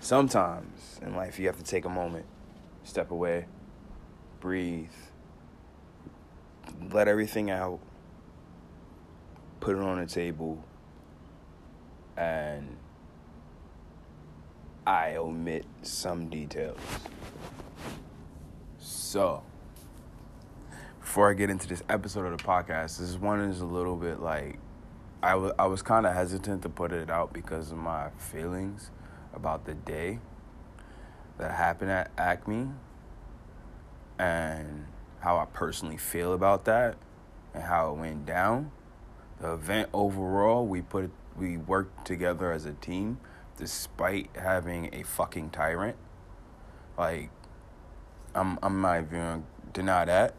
sometimes in life you have to take a moment, step away, breathe, let everything out, put it on the table, and I omit some details. So, before I get into this episode of the podcast, this one is a little bit like I, w- I was kind of hesitant to put it out because of my feelings about the day that happened at Acme and how I personally feel about that and how it went down. The event overall, we put we worked together as a team despite having a fucking tyrant. Like I'm I'm not even gonna deny that.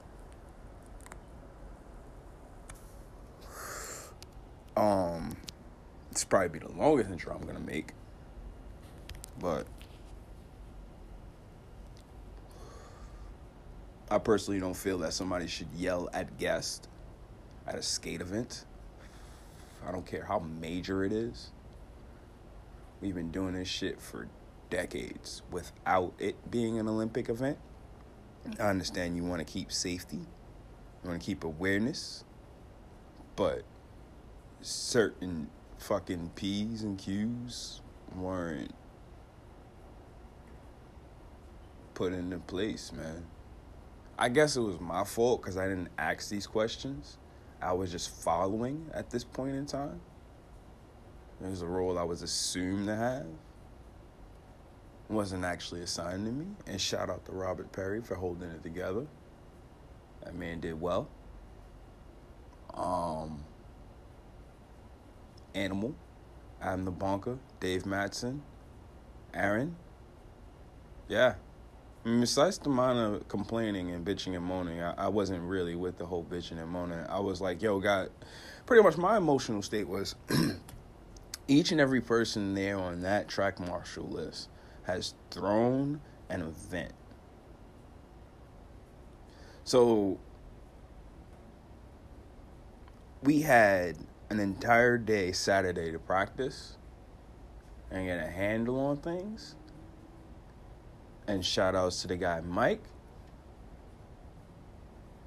Um, it's probably be the longest intro I'm gonna make, but I personally don't feel that somebody should yell at guests at a skate event. I don't care how major it is. We've been doing this shit for decades without it being an Olympic event. I understand you want to keep safety, you want to keep awareness, but certain fucking P's and Q's weren't put into place, man. I guess it was my fault because I didn't ask these questions. I was just following at this point in time. It was a role I was assumed to have. Wasn't actually assigned to me. And shout out to Robert Perry for holding it together. That man did well. Um, Animal, Adam the Bonker, Dave Matson, Aaron. Yeah. I mean, besides the amount of complaining and bitching and moaning, I, I wasn't really with the whole bitching and moaning. I was like, yo, God, pretty much my emotional state was each and every person there on that track marshal list has thrown an event. So we had an entire day Saturday to practice and get a handle on things. And shout outs to the guy Mike.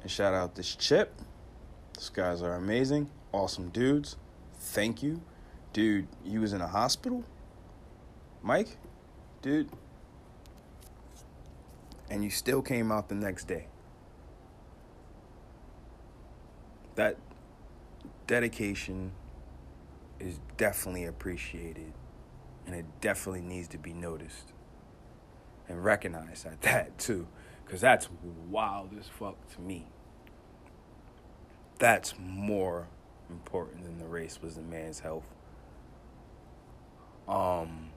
And shout out this Chip. These guys are amazing. Awesome dudes. Thank you. Dude, you was in a hospital? Mike? Dude. And you still came out the next day. That dedication is definitely appreciated and it definitely needs to be noticed and recognized at that too because that's wild as fuck to me that's more important than the race was the man's health um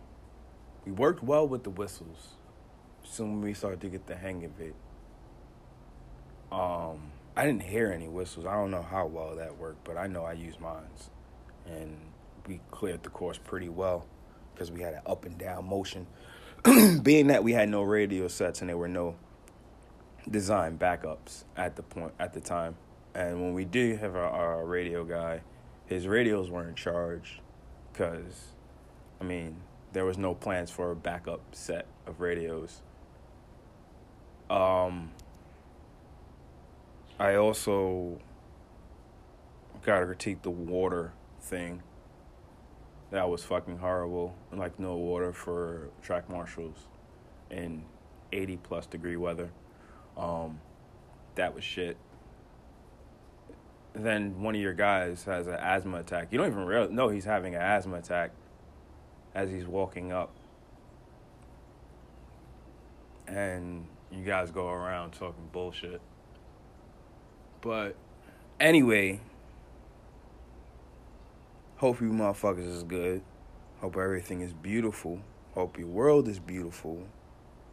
we worked well with the whistles soon we started to get the hang of it um I didn't hear any whistles. I don't know how well that worked, but I know I used mines. And we cleared the course pretty well because we had an up and down motion. Being that we had no radio sets and there were no design backups at the point at the time. And when we did have our, our radio guy, his radios weren't charged because I mean, there was no plans for a backup set of radios. Um I also got to critique the water thing. That was fucking horrible. Like no water for track marshals in 80 plus degree weather. Um, that was shit. Then one of your guys has an asthma attack. You don't even realize, no, he's having an asthma attack as he's walking up. And you guys go around talking bullshit. But anyway, hope you motherfuckers is good. Hope everything is beautiful. Hope your world is beautiful.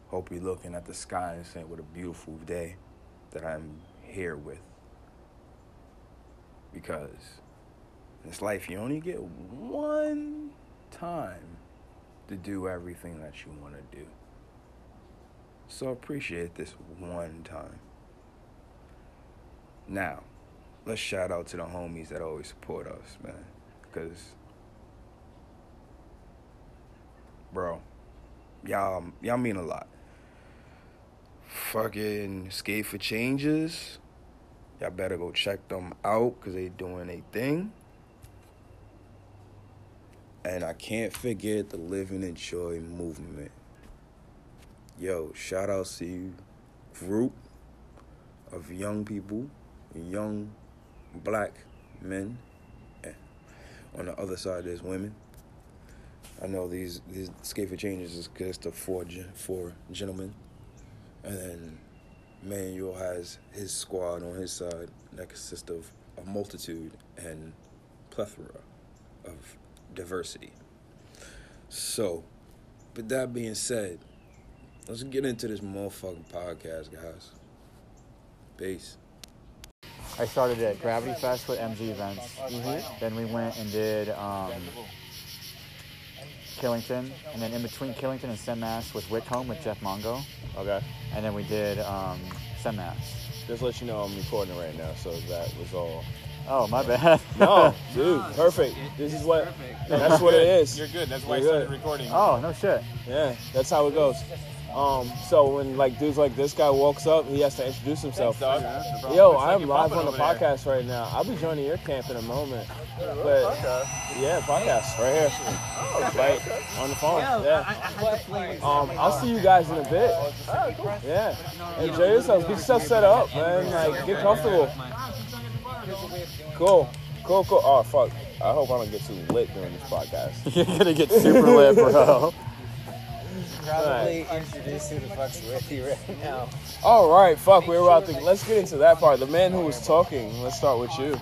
Hope you're looking at the sky and saying, What a beautiful day that I'm here with. Because in this life, you only get one time to do everything that you want to do. So appreciate this one time. Now, let's shout out to the homies that always support us, man. Because, bro, Y'all, y'all mean a lot. Fucking Skate for Changes. Y'all better go check them out because they doing a thing. And I can't forget the Living in Joy movement. Yo, shout out to you, group of young people, young black men. Eh, On the other side, there's women. I know these these Skate for Changes is just the four gen- four gentlemen, and then Manuel has his squad on his side that consists of a multitude and plethora of diversity. So, but that being said, let's get into this motherfucking podcast, guys. Peace. I started at Gravity Fest with MZ events. Then we went and did um, Killington, and then in between Killington and Senmass with Wickholm with Jeff Mongo, Okay. and then we did um, Senmass. Just let you know I'm recording right now, so that was all. Oh my bad. No, dude, perfect. This is what. That's what it is. You're good. That's why I You're started good. recording. oh no shit. Yeah, that's how it goes. Um, so when like dudes like this guy walks up, he has to introduce himself. Dog, that's wrong. Yo, It's like I'm you're live bumping on the over there. podcast right now. I'll be joining your camp in a moment. But yeah, podcast right here, Oh, right on the phone. Yeah. Um, I'll see you guys in a bit. Yeah. Enjoy yourself. Get yourself set up, man. Like, get comfortable. Cool. Cool, cool. Oh, fuck. I hope I don't get too lit during this podcast. You're gonna get super lit, bro. Probably introduce who the fuck's with you right now. All right, fuck. We're about to. Let's get into that part. The man who was talking. Let's start with you.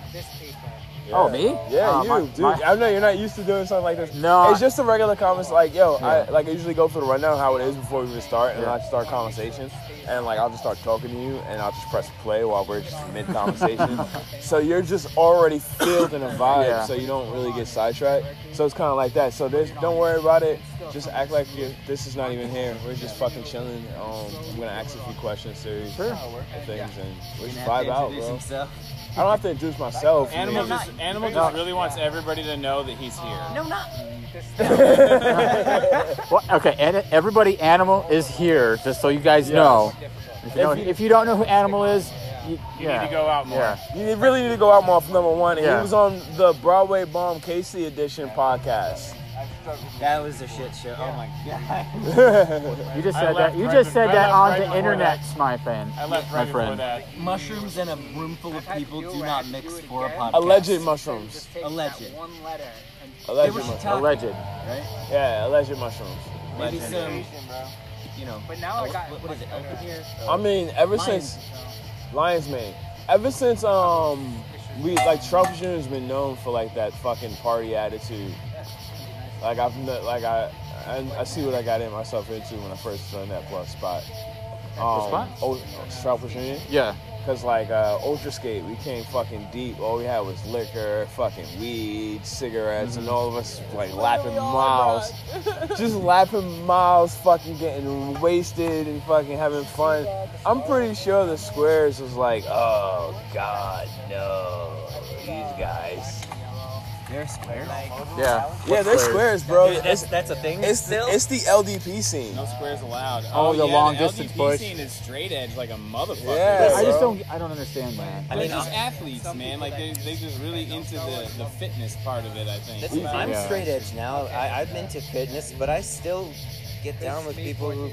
Oh me? Yeah, Uh, you, my- dude. my- I know you're not used to doing something like this. No, it's I- just a regular conversation. Like, yo, I like I usually go for the rundown how it is before we even start, and Yeah. I just start conversation, and like I'll just start talking to you, and I'll just press play while we're just mid conversation. so you're just already filled in a vibe, Yeah. so you don't really get sidetracked. So it's kind of like that. So there's, don't worry about it. Just act like you this is not even here. We're just fucking chilling. Um, I'm gonna ask a few questions, series Sure. of things, and we Didn't just have vibe to out, introduce bro. himself. I don't have to introduce myself. you Animal know. just, Animal just really wants everybody to know that he's here. No, not. Well, okay, and everybody, Animal is here, just so you guys know. If you, If know- you- if you don't know who Animal is, you, You yeah. need to go out more. Yeah. You really need to go out more for number one. And Yeah. he was on the Broadway Bomb Casey Edition podcast. That was a shit show. Oh my god. You just I said that. left You right just before- said I that left on right the before internet, that. my friend. I left My right before friend. that. Mushrooms and a room full of people do not mix for a podcast. Alleged mushrooms. Alleged. Alleged They were mushrooms. talking- Alleged. Right? Yeah, alleged mushrooms. Maybe some, you know. But now I got. What is it? Open here? I mean, ever Lions. since Lions Mane, ever since um we like Trump Jr. has been known for like that fucking party attitude. Like I've no, like I, I I see what I got in myself into when I first joined that plus spot. Um, spot? oh, Trump Jr. Yeah. Cause like uh, Ultra Skate, we came fucking deep. All we had was liquor, fucking weed, cigarettes, Mm-hmm. and all of us like lapping miles, just lapping miles, fucking getting wasted and fucking having fun. I'm pretty sure the squares was like, oh god, no, these guys. They're squares. Yeah. Yeah, they're squares, bro. that's, It's that's a thing. it's the, still. it's the LDP scene. No squares allowed. Oh, the yeah, long the distance LDP push. scene is straight edge like a motherfucker. Yeah. I just bro. don't. I don't understand that. I They're mean, just I'm- athletes, man. Like they they just really into the, the fitness part of it. I think. That's- I'm Yeah. straight edge now. I, I've been to fitness, but I still get down with people who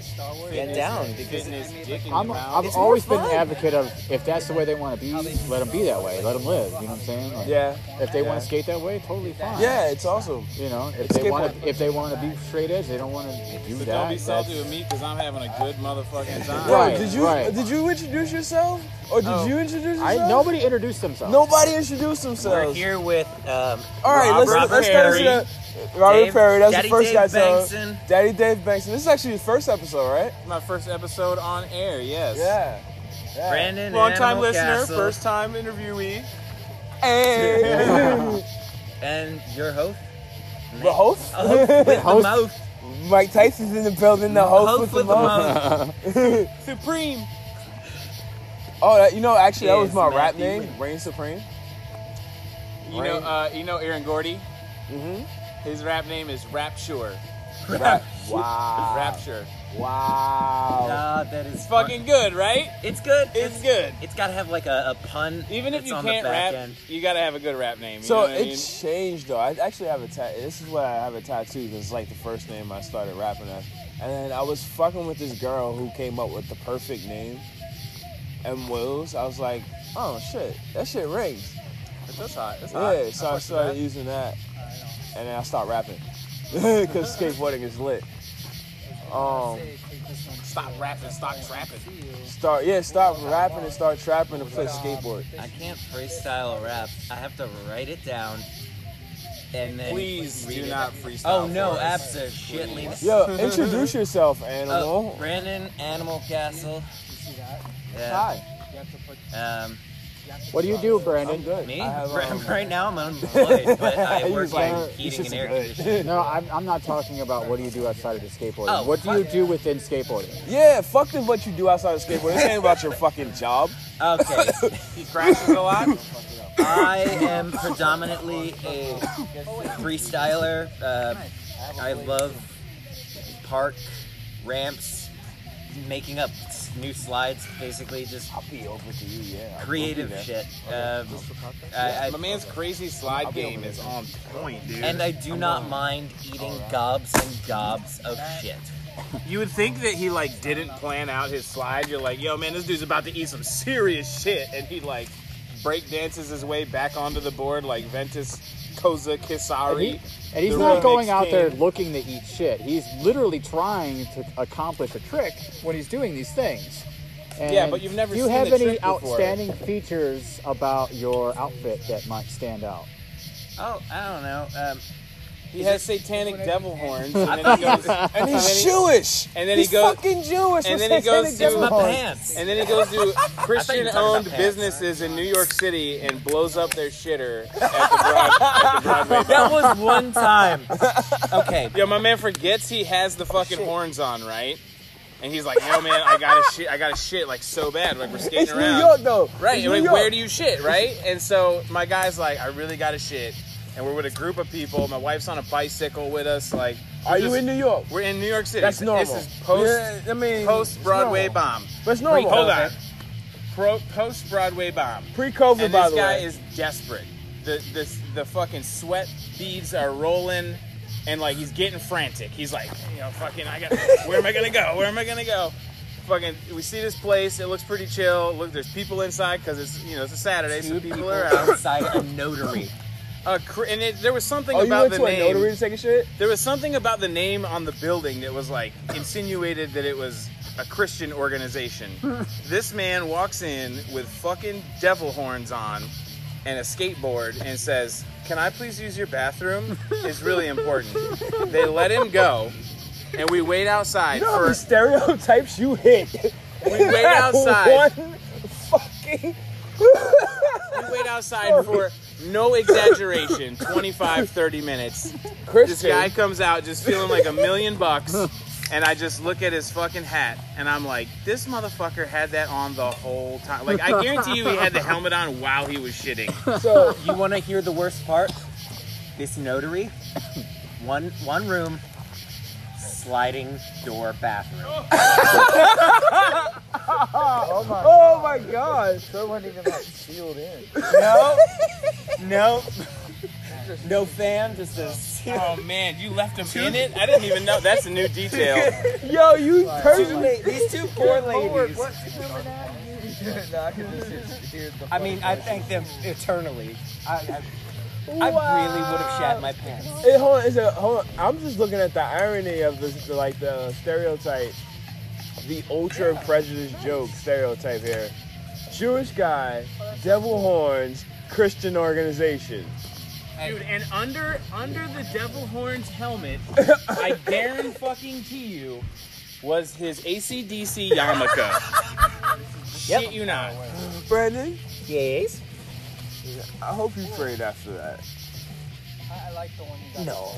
get down because fitness, dick in I'm, your mouth. I've It's always more been an fun. advocate of if that's the way they want to be, let them be that way. Let them live. You know what I'm saying? Like, Yeah, If they want Yeah. to skate that way, totally fine. yeah, it's awesome. You know, if It's they want skateboard. to, if they want to be straight edge, they don't want to do But that. don't be that's- salty with me because I'm having a good motherfucking time. Yo, Right, did you right. Oh. did you introduce yourself or did you introduce I yourself? nobody introduced themselves. Nobody introduced we're themselves. here with. Um, All right, let's, Robert let's start Perry. it up. Robert Dave- Perry, that's Daddy the first Dave guy. so- Bankson. Daddy Dave Bankson. This is actually his first episode, right? My first episode on air. Yes. Yeah. yeah. Brandon. Long time Animal listener, Castle, first time interviewee. Hey. And your host. the host? Oh, with the Host. mouth. Mike Tyson's in the building. The host, Host with with, the, the most. mouth. Supreme. Oh, that, you know, actually, that was Yes, my rap Matthew. name, Reign Supreme. You know, uh, you know Aaron Gordy. Mm-hmm. His rap name is Rapture. Rap- wow. Rapture. Wow. Ah, that is It's fucking good, right? It's good. It's good. It's got to have like a, a pun. Even if that's you on can't the back rap, end. you gotta have a good rap name. You So know what I it mean? changed though. I actually have a tat. This is why I have a tattoo because it's like the first name I started rapping at. And then I was fucking with this girl who came up with the perfect name, M. Wills. I was like, oh shit, that shit rings. That's hot. That's hot. Yeah, so I started using that, and then I stopped rapping because skateboarding is lit. Um, Stop rapping. Stop trapping. start yeah, stop rapping and start trapping and play skateboard. I can't freestyle rap. I have to write it down and then Please read do it. not freestyle. Oh for no, us. absolutely. Yo, introduce yourself, Oh. Uh, animal. Brandon Animal Castle. Yeah. Hi. Um, What do you do, I'm Brandon? good. me? I have, um, right now I'm unemployed, but I He work was like, in "This heating is and air good." conditioning. No, I'm, I'm not talking about what do you do outside of the skateboarding. Oh, what do you fuck. do within skateboarding? Yeah, fuck the what you do outside of skateboarding. This ain't about your fucking job. Okay, He crashes a lot. I am predominantly a freestyler. Uh, I love park ramps, making up s- new slides, basically just I'll be over to you, yeah. creative shit. Um, I, I, My man's crazy slide game is on point, dude. and I do not mind eating gobs and gobs of shit. you would think that he like didn't plan out his slide. You're like, yo, man, this dude's about to eat some serious shit, and he like break dances his way back onto the board like Ventus Koza And, Kisari. he- and he's The not remix going out king. there looking to eat shit. He's literally trying to accomplish a trick when he's doing these things. And Yeah, but you've never Do you seen have the any trick before. outstanding features about your outfit that might stand out? Oh, I don't know. Um, He has satanic devil horns, and then he goes, And then he's he- Jewish. and then he He's goes- fucking Jewish. and What's then he satanic goes it's to- my devil horns? pants. And then he goes to Christian owned about pants. businesses in New York City and blows up their shitter at the, broad, at the Broadway. that was one time. Okay, Yo, my man forgets he has Oh, the fucking horns on, right? And he's like, "Yo, man, I gotta shit, I gotta shit like so bad. Like we're skating It's around, New York though. right? It's and New like, York. where do you shit, right?" And so my guy's like, "I really gotta shit," and we're with a group of people. My wife's on a bicycle with us. Like, we're Are you just- in New York? We're in New York City. That's normal. This is post Yeah, I mean, post Broadway it's normal. bomb. But it's normal. hold on. Pro, post Broadway bomb. Pre-COVID, And by this the guy way. is desperate. The this the fucking sweat beads are rolling, and like he's getting frantic. He's like, you know, fucking, I got. Where am I gonna go? Where am I gonna go? Fucking, we see this place. It looks pretty chill. Look, there's people inside because it's you know it's a Saturday, so two people, people are out. outside a notary. Uh, cr- and it, there was something oh, you about went the to a name. notary to take a shit? There was something about the name on the building that was like insinuated that it was a Christian organization. this man walks in with fucking devil horns on and a skateboard and says, Can I please use your bathroom? It's really important. they let him go and we wait outside You know how many for stereotypes you hit. we wait outside One fucking. we wait outside for no exaggeration 25 30 minutes This Christian. guy comes out just feeling like a million bucks, and I just look at his fucking hat, and I'm like, this motherfucker had that on the whole time. Like, I guarantee you he had the helmet on while he was shitting. So You want to hear the worst part? This notary, one one room, sliding door bathroom. Oh my god. No, no, no fan. Just a Oh man, you left him in it? I didn't even know. That's a new detail. Yo, you personally. these two poor ladies. I mean, I thank them eternally. I, I, I really would have shat my pants. Hey, hold on, it's a, hold on. I'm just looking at the irony of this, the, like the stereotype, the ultra prejudice joke stereotype here. Jewish guy, devil horns, Christian organization. Dude, and under under the devil horns helmet, I guarantee fucking to you, was his ACDC yarmulke. Shit you not. Brandon, Yes. I hope you prayed after that. No.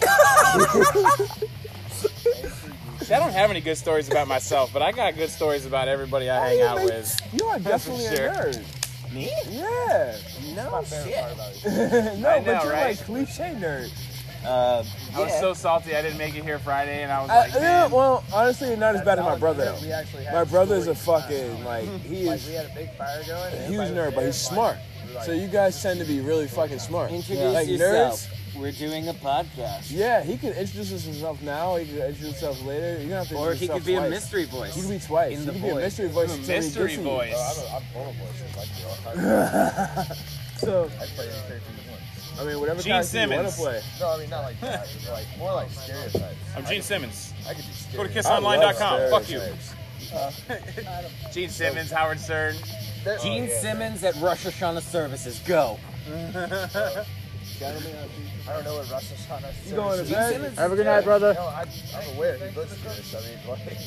See, I don't have any good stories about myself, but I got good stories about everybody I hang out with. You are Oh, definitely a sure. nerd. Me? Yeah. No shit. no, I know, but you're right? like Uh, cliche nerd. Uh, I was Yeah. so salty I didn't make it here Friday, and I was I- like, yeah, man, well, honestly, you're not as bad as my Dollar brother General, we though. actually had My brother's a stories. fucking like he Like is we had a big fire going. a huge nerd, but he's smart. So you guys tend to be really fucking smart. introduce Like yourself. nerds, We're doing a podcast. yeah, he can introduce himself now. He can introduce himself later. You don't have to. Or introduce he could yourself be a twice. mystery voice. He could be twice. In he the could be a voice. mystery voice. I'm a until he mystery gets to you. voice. I'm full of voices. Like you all So I play these characters at once. I mean, whatever Gene character you want to Simmons. play. No, I mean not like that. but Like more like stereotypes. I'm Gene Simmons. I could do stereotypes. Go to I love kissonline.com. Fuck you. stereotypes. uh, Gene Simmons, Howard Stern. There- Gene oh, yeah. Simmons at Rosh Hashanah Services. Go. I don't know what Russell's on us. You going to bed? Have a good night, brother. No, I, I'm aware. He listens to this. I mean, like,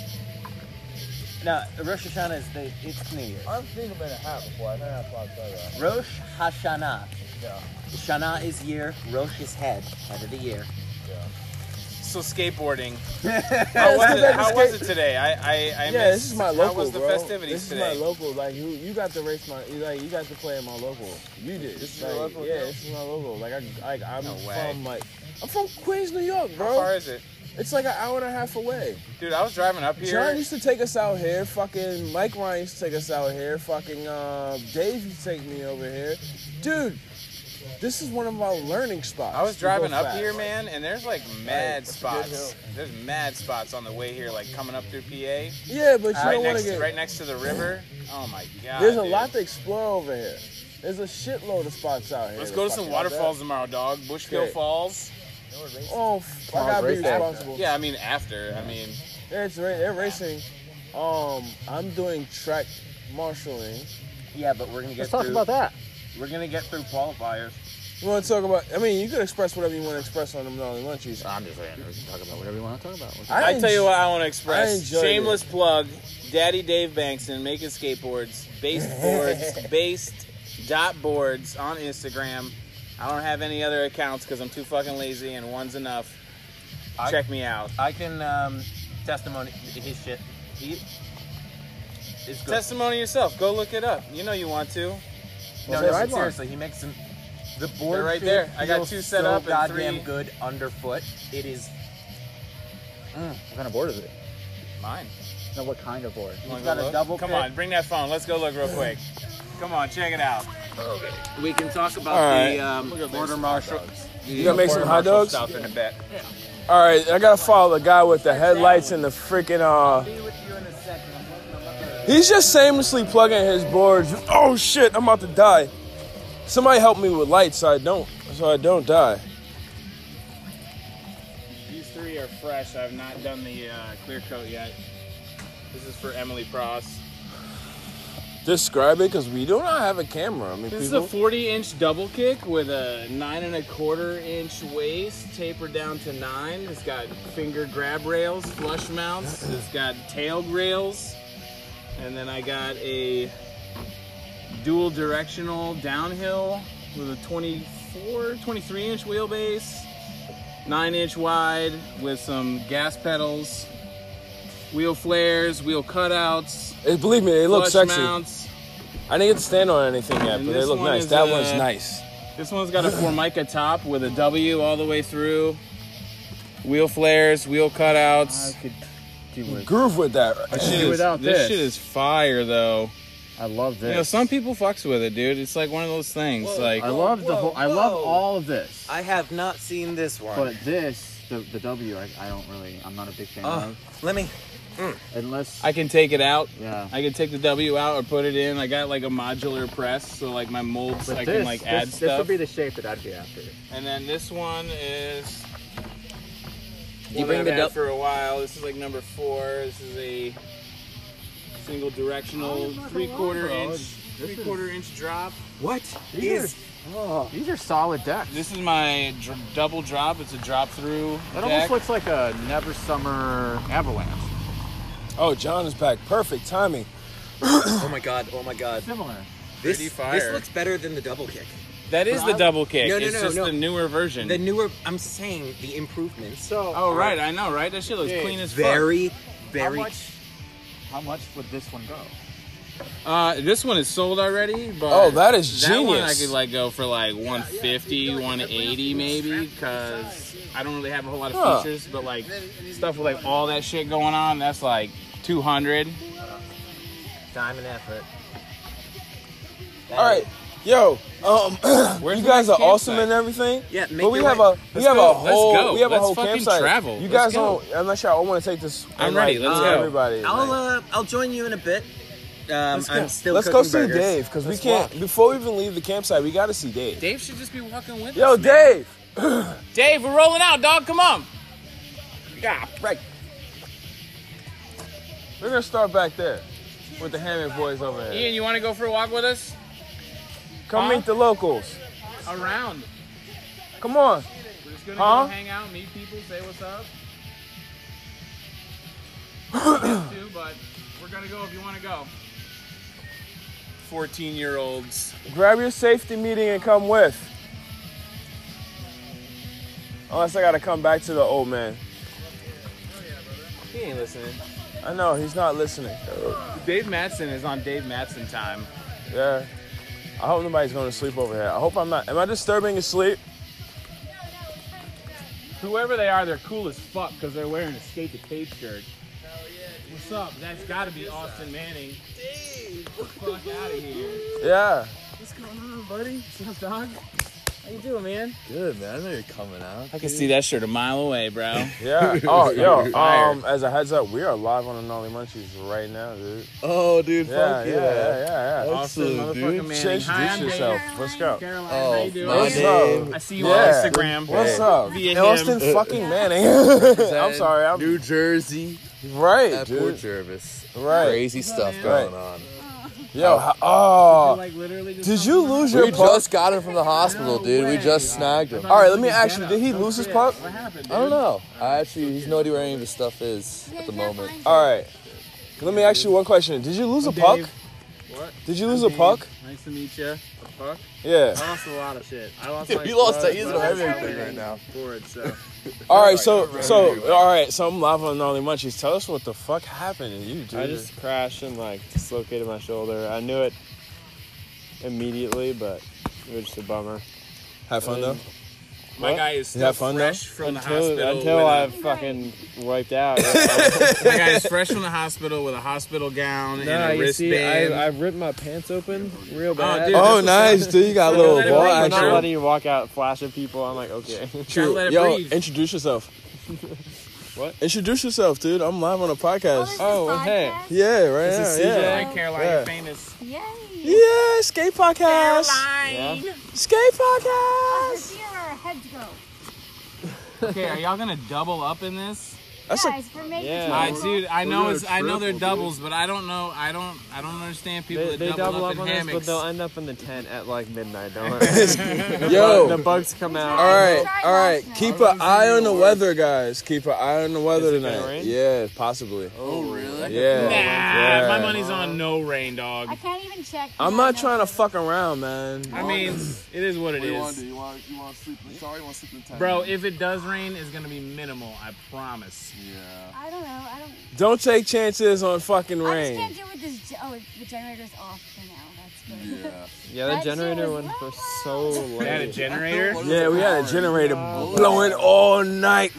No, Rosh Hashanah is the, it's New Year's. I've seen him in a hat before. I know that's why I'm telling you. Rosh Hashanah. Yeah, Shana is year. Rosh is head. Head of the year. yeah. So skateboarding. how was it, how was it today? I I, I Yeah, missed. this is my local, How was the bro. festivities this today? is my local. Like you, you got to race my. you- Like you got to play in my local. You did. This is like, your local Yeah, town? this is my local. Like I, like I'm No way. from like, I'm from Queens, New York, bro. How far is it, It's like an hour and a half away. dude? I was driving up here. John used to take us out here. Fucking Mike Ryan used to take us out here. Fucking uh, Dave used to take me over here. Dude, this is one of my learning spots. I was to go driving up fast. here, man, and there's like mad it's a good spots. hill. There's mad spots on the way here, like coming up through PA, Yeah, but you don't right want next to get. right next to the river. Oh my god. There's a dude. lot to explore over here. There's a shitload of spots out here. Let's go to some Fucking out there. waterfalls tomorrow, dog. Bushkill Okay. Falls. Oh, f- I gotta be race after. responsible. Yeah, I mean after. I mean, They're, it's ra- they're racing. Um, I'm doing track marshaling. Yeah, but we're gonna get Let's talk through. about that. We're gonna get through qualifiers. You want to talk about? I mean, you could express whatever you want to express on them Lonely Munchies. I'm just saying, we can talk about whatever you want to talk about. I, tell you enj- what I want to I express. enjoyed Shameless plug. Daddy Dave Bankson making skateboards, based boards, based dot boards on Instagram. I don't have any other accounts because I'm too fucking lazy and one's enough. I- Check me out. I can um, testimony his shit. He is good. Testimony yourself. Go look it up. You know you want to. no, Well, no, I'd want- seriously, he makes them. The board They're right fit there. I got feels two set so up and goddamn three- good underfoot. It is. Mm, What kind of board is it? Mine. No, what kind of board? You wanna got go a look? double Come pick. on, bring that phone. Let's go look real quick. Come on, check it out. We can talk about Alright. the um, border marshal. You gonna make some hot dogs? Stuff in a bit. All right, I gotta follow the guy with the headlights and the freaking uh. He's just shamelessly plugging his boards. Oh shit, I'm about to die. Somebody help me with lights so I don't so I don't die. These three are fresh. I've not done the uh, clear coat yet. This is for Emily Pross. Describe it, cause we do not have a camera. I mean, This is a people. 40 inch double kick with a nine and a quarter inch waist, tapered down to nine. It's got finger grab rails, flush mounts. It's got tail rails, and then I got a dual directional downhill with a 24, 23 inch wheelbase, nine inch wide with some gas pedals, wheel flares, wheel cutouts, It- believe me, they look flush sexy. mounts. I didn't get to stand on anything yet, And but they this look one nice. is, That uh, one's nice. This one's got a Formica top with a W all the way through. Wheel flares, wheel cutouts. could do with. Groove with that. This shit is- without this this. shit is fire though. I love this. You know, some people fucks with it, dude. It's like one of those things. Like I love the whole. I love whoa. all of this. I have not seen this one. but this, the, the W, I, I don't really. I'm not a big fan Uh, of. let me. Hmm. Unless. I can take it out. yeah. I can take the W out or put it in. I got like a modular press, so like my molds, But I this, can like add this, this stuff. would be the shape that I'd be after. and then this one is. You one bring I've the had dou- for a while. This is like number four. This is a single Oh, directional three quarter bro. inch, Oh, This three is- quarter inch drop. What These is? are, Oh, these are solid decks. This is my dr- double drop. It's a drop through. that almost looks like a Never Summer Avalanche. Oh, John is back. Perfect timing. Oh my god! Oh my god! Similar. This Pretty fire. this looks better than the double kick. that is the double kick. No, no, it's no, just no. the newer version. The newer. I'm saying the improvements. So oh right, I know, right? That shit looks Yeah, clean as fuck. very, how very. much? How much would this one go? Uh, this one is sold already, but Oh, that is That one I genius. could like go for like 150, 180 maybe, because I don't really have a whole lot of Huh. features. But like stuff with like all that shit going on, that's like 200. Time and effort. All right, yo, um, Where's you the guys next are awesome campsite? and everything. Yeah, make but we your have way. a we Let's have go, a let's whole go. we have Let's a whole fucking campsite. travel. You Let's guys go. don't unless y'all want to take this. I'm and, ready, like, let's tell go. Everybody. I'll like- uh, I'll join you in a bit. Um, I'm still let's go cooking see burgers. Dave because we Let's can't. walk. Before we even leave the campsite, we gotta see Dave. Dave should just be walking with Yo, us. man. Dave. Dave, we're rolling out, dog. Come on. Yeah. Right. We're gonna start back there with the Hammond boys over here. Ian, you want to go for a walk with us? Come Huh? meet the locals. Around. Come on. We're just gonna Huh? go hang out, meet people, say what's up. too, but we're gonna go if you want to go. Fourteen-year-olds. Grab your safety meeting and come with. Unless I gotta come back to the old man. He ain't listening. I know he's not listening. Dave Matson is on Dave Matson time. Yeah. I hope nobody's going to sleep over here. I hope I'm not. Am I disturbing his sleep? Whoever they are, they're cool as fuck because they're wearing a skate to cave shirt. What's up? That's gotta be Austin Manning. Dave, fuck out of here. Yeah. What's going on, buddy? What's up, dog? How you doing, man? Good man, I know you're coming out. I can see that shirt a mile away, bro. Yeah. Oh, yo. Fire. Um, as a heads up, we are live on the Nolly Munchies right now, dude. Oh, dude, Yeah, yeah, yeah, yeah. yeah. Austin, Awesome, motherfucking dude. Manning. Introduce Hi, I'm yourself. Dave. Let's go. Caroline, Oh, how you doing? my What's up? name I see you Yeah. on Instagram. What's up? Via Austin him. fucking Manning. I'm Zed, sorry. I'm New Jersey right, at Port dude. Jervis. Right. Crazy stuff Right. going on. Yo. ho- Oh. Like literally just Did you lose your We pup? just got him from the hospital, dude. We just snagged him. All right. Let me ask you. Did he lose his pup? what happened? I don't know. I actually, he's no idea where any of his stuff is at the moment. All right. Let me ask you one question. Did you lose a puck? Dave. What? Did you lose a puck? Nice to meet you. Puck. Yeah. I lost a lot of shit. I lost. Dude, my he lost- gloves, he's my on wrist, everything everything right now. Forward, so. All right, so so all right, so I'm live on Gnarly Munchies. Tell us what the fuck happened to you, dude. I just crashed and like dislocated my shoulder. I knew it immediately, but it was just a bummer. have fun though. My What? guy is You still have fun, though? fresh from the Until, hospital. until with I a- fucking wiped out. my guy is fresh from the hospital with a hospital gown Nah, and a you see, wristband. I, I ripped my pants open real bad. dude, Oh, that's nice, dude. You got a little Let it ball rain, I'm no. not action. letting you walk out flashing people. I'm like, okay. Gotta let it Yo, breathe. introduce yourself. What? Introduce yourself, dude. I'm live on a podcast. Oh, hey. Yeah, right This now. is Yeah. CJ. Hi, Caroline, Yeah. you're famous. Yay! Yeah, skate podcast. Caroline. Skate podcast. Over here, our heads go. Okay, are y'all gonna double up in this? That's a Guys, we're making Yeah. it. I dude, I know it's I know they're doubles, but I don't know I don't I don't understand people They, that they double, up, in on this, but hammocks. they'll end up in the tent at like midnight. Don't worry. the yo. bugs come out. All right, Try all right. last night. Keep an eye on the weather, guys. Keep an eye on the weather Is it gonna tonight. rain? Yeah, possibly. Oh, really? Yeah. nah, yeah. my money's on no rain, dog. I can't even check. I'm not trying to fuck around, man. I mean, it is what it is. You want you want to sleep? Sorry, you want to sleep in time. Bro, if it does rain, it's gonna be minimal, I promise. Yeah. I don't know. I don't. Don't take chances on fucking I just rain. can't deal with this. ge- Oh, the generator's off for now. That's good. Yeah. Yeah, that That shit generator was went for loud. so We had a late. generator. Yeah, we had a generator blowing all night.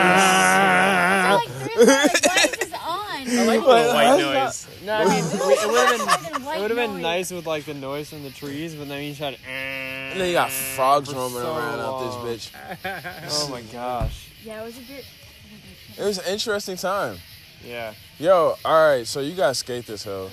Nah. It's like three o'clock. Why is this on? I like Little white noise. No, I mean, we- it would have been it. It would have been nice with like the noise from the trees, but then you tried. And then you got frogs roaming so around out long. this bitch. Oh my gosh. Yeah, it was a bit. It was an interesting time. Yeah. Yo, all right, so you guys skate this hill.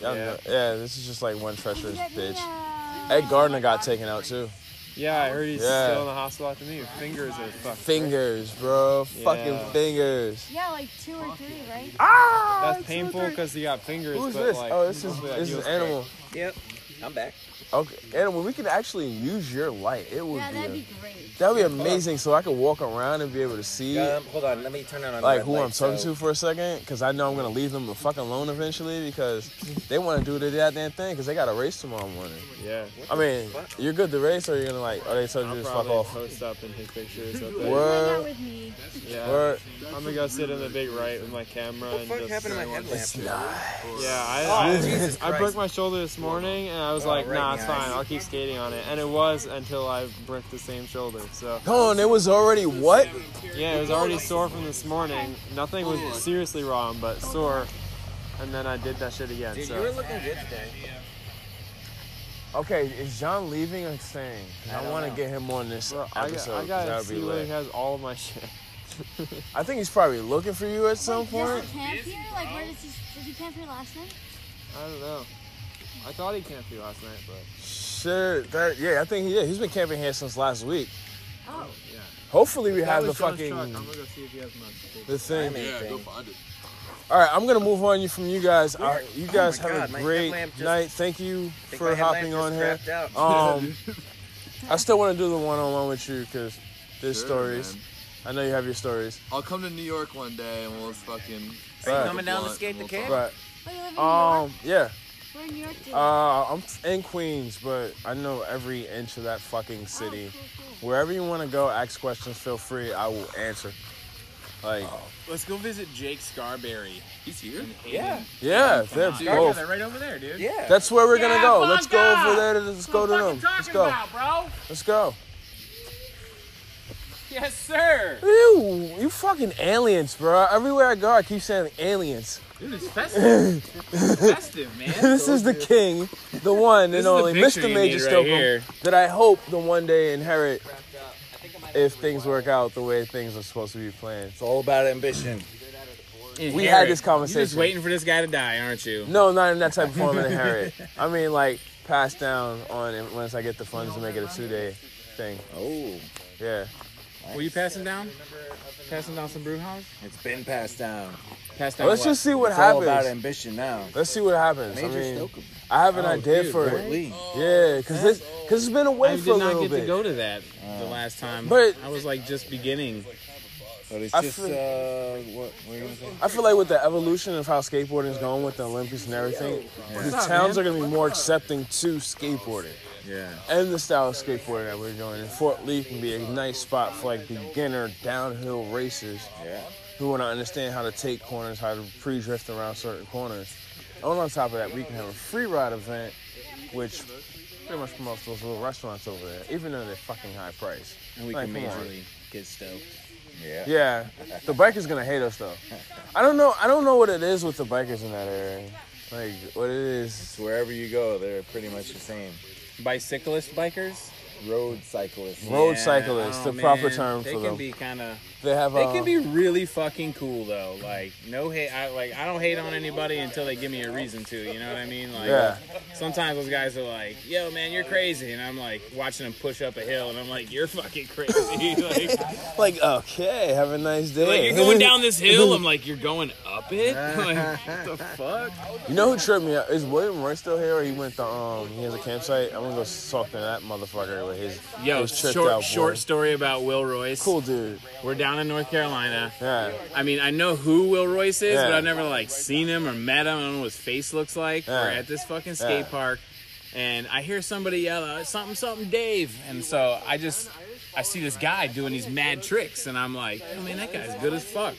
Yeah, Yeah. yeah, this is just like one treacherous Get me bitch. out. Ed Gardner got taken out too. Yeah, I heard he's Yeah. still in the hospital after me. Your fingers are fucked. Fingers, bro. Yeah. Fucking fingers. Yeah, like two or three, right? Ah! That's painful because he got fingers. Who's but this? Like, Oh, this is hopefully that this is heals animal. Yep, I'm back. Okay, and we could actually use your light. It would Yeah, be, that'd a- be great. that'd be amazing. So I could walk around and be able to see Um, hold on, let me turn on. like who I'm talking to for a second, because I know I'm gonna leave them the fuck alone eventually, because they want to do their goddamn thing, because they got a race tomorrow morning. Yeah. I mean, you're good to race, or you're gonna like, oh, they told you I'll to fuck probably off. post up and take pictures up there. Hang out Word. with me. Yeah. Word. I'm gonna go sit in the big right with my camera and just. headlamp? Yeah, Oh, I, Jesus I, I Christ. broke my shoulder this morning and I was Oh, like, right nah, in it's the fine. eyes. I'll keep skating on it. And it was until I broke the same shoulder. So, Come on, it was already what? yeah, it was already sore from this morning. Nothing was seriously wrong, but sore. And then I did that shit again. Dude, you were So, looking good today. Okay, is John leaving or staying? 'Cause I, don't want to know. get him on this Bro, I, got, episode. I 'cause that gotta would be see where lit. he has all of my shit. I think he's probably looking for you at some Wait, does point. he camp here? Like, where does he? Did he camp here last night? I don't know. I thought he camped you last night, but Sure. That yeah, I think he yeah, he's been camping here since last week. Oh, Hopefully we have That the was John's fucking truck. I'm gonna go see if he has my. the thing. Yeah, go All right, I'm gonna move on you from you guys. I, you guys Oh my have God, a my great headlamp just- night. Thank you think my for headlamp hopping just on here. crapped out. Um, I still want to do the one-on-one with you because there's stories. I know you have your stories, I'll come to New York one day and we'll fucking. Right. coming down to skate the cave? but but you live in New um, York. yeah. We're in New York today. Uh, I'm in Queens, but I know every inch of that Oh, fucking city. Wherever you want to go, ask questions. Feel free. I will answer. Like, Oh. Let's go visit Jake Scarberry. He's here. Yeah, yeah, they're Dark both. Knight, right over there, dude. yeah. That's where we're gonna Yeah, go. Let's go fuck over up. there. To, let's go to them. Let's go. bro. Let's go. Yes, sir. Ew, you fucking aliens, bro. Everywhere I go, I keep saying aliens. Dude, it's festive. It's festive, man. this is the king, the one and This is the only picture Mr. you Major need right Stoker here. that I hope to one day inherit if things work out the way things are supposed to be planned. It's all about ambition. We had this You're just conversation. waiting for this guy to die, aren't you? No, not in that type of form of inherit. I mean, like, pass down on it once I get the funds to make it a two day thing. Oh, Yeah. Were you passing down? Passing down some brew house? it's been passed down. Pass down. Let's what? just see what it's all about happens. ambition now. Let's see what happens. I Major mean, Stoker. I have an Oh, idea dude, for Right. it. Yeah, because this, because it's been I away did for a not little get to bit. go to that the last time. but- I was like just beginning. But it's I just feel- uh, what, what are you gonna say? I feel like with the evolution of how skateboarding is going with the Olympics and everything, the towns are going to be more accepting to skateboarding Yeah. and the style of skateboarding that we're doing. And Fort Lee can be a nice spot for like beginner downhill racers Yeah. who want to understand how to take corners, how to pre-drift around certain corners. And on top of that, we can have a free ride event, which pretty much promotes those little restaurants over there, even though they're fucking high price. And we Like, can come on. majorly get stoked. Yeah. Yeah, the biker's gonna hate us though. I don't know. I don't know what it is with the bikers in that area. Like what it is. Wherever you go, they're pretty much the same. Bicyclist bikers? Road cyclists. Road Yeah, cyclists, I the don't know, proper man. term They for can them. be kind of. they have. They uh, can be really fucking cool though. Like no hate. I like I don't hate on anybody until they give me a reason to. You know what I mean? Like Yeah. sometimes those guys are like, "Yo, man, you're crazy," and I'm like watching them push up a hill, and I'm like, "You're fucking crazy." like, like okay. Have a nice day. like you're going down this hill. I'm like, "You're going up it." like what the fuck? You know who tripped me out? Is William Roy still here? Or he went to um. He has a campsite. I'm gonna go talk to that motherfucker with his. Yo, his tripped short out boy. short story about Will Royce. Cool dude. We're down in North Carolina. Yeah. I mean, I know who Will Royce is, but Yeah. I've never like seen him or met him. I don't know what his face looks like. We're Yeah. at this fucking skate Yeah. park, and I hear somebody yell out something, something, Dave, and so I just. I see this guy doing these mad tricks, and I'm like, "Yo, man, that guy's good as fuck."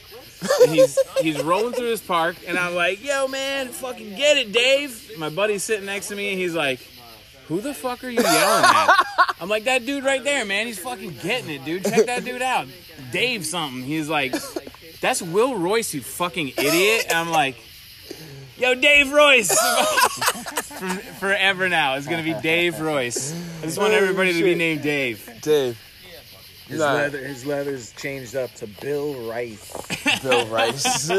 And he's he's rolling through this park, and I'm like, "Yo, man, fucking get it, Dave." My buddy's sitting next to me, and he's like, "Who the fuck are you yelling at?" I'm like, "That dude right there, man. He's fucking getting it, dude. Check that dude out, Dave something." He's like, that's Will Royce, you fucking idiot. And I'm like, yo, Dave Royce. From, forever now, it's gonna be Dave Royce. I just want everybody to be named Dave. Dave. His Nah. leather, his leather's changed up to Bill Rice. Bill Rice.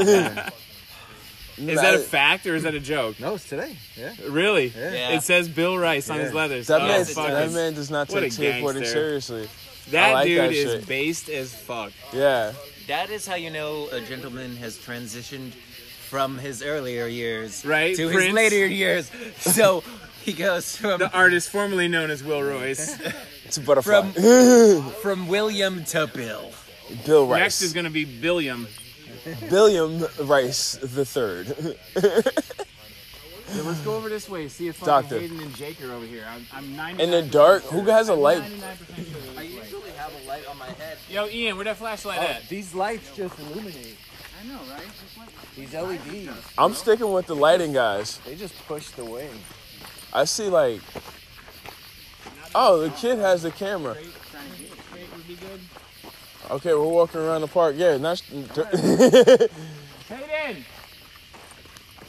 Is that a fact or is that a joke? No, it's today. Yeah. Really? Yeah. It says Bill Rice on his Yeah. leathers. That, Oh, man, fuck, that it's- man does not What take a skateboarding gangster. seriously. that like dude that is shit. based as fuck. Yeah. That is how you know a gentleman has transitioned from his earlier years Right, to Prince? his later years. So He goes from the artist formerly known as Will Royce. it's a butterfly. From, from William to Bill. Bill Rice. Next is going to be Billiam. William Um, Rice the third. Yeah, let's go over this way. See if fucking Doctor. Hayden and Jake are over here. I'm, I'm 99% In the dark, who has a light? sure. usually have a light on my head. Yo, Ian, where that flashlight at? These lights just illuminate. I know, right? These E LEDs, I'm sticking with the lighting guys. they just push the wind. I see like, oh, the kid has the camera. Okay, we're walking around the park. Yeah, not. Hayden!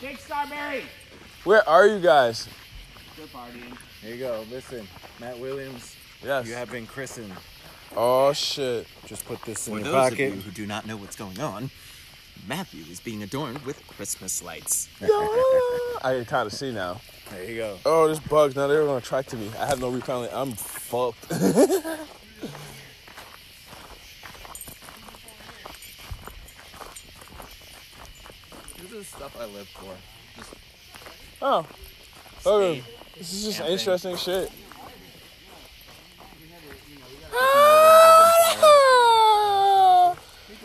Jake Starberry! Where are you guys? Good partying. Here you go. Listen, Matt Williams, Yes. you have been christened. Oh shit. Just put this in For your those pocket. of you who do not know what's going on, Matthew is being adorned with Christmas lights. I can kind of see now. There you go. Oh, this bug's now they're gonna track to me. I have no repelling. I'm fucked. This is stuff I live for. oh, oh, this is just interesting shit.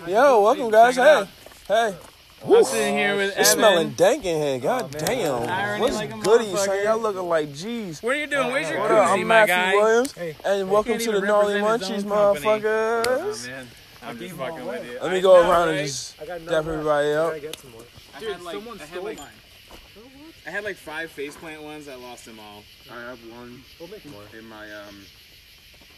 Yo, welcome guys. Hey, hey. I'm sitting here with It's smelling Evan. Oh, dank in here. God damn. Irony What's like a goody, son? motherfucker. Y'all looking like G's. What are you doing? Where's your What up? koozie, I'm my Matthew guy? Williams, and welcome can't to the even Gnarly represent his Munchies, own company. motherfuckers. Oh, man. I'm just fucking with you. Let me I go know, around and right? just dap everybody up. I had like, I had like, I had like five faceplant ones. I lost them all. I have one. We'll make more. In my um,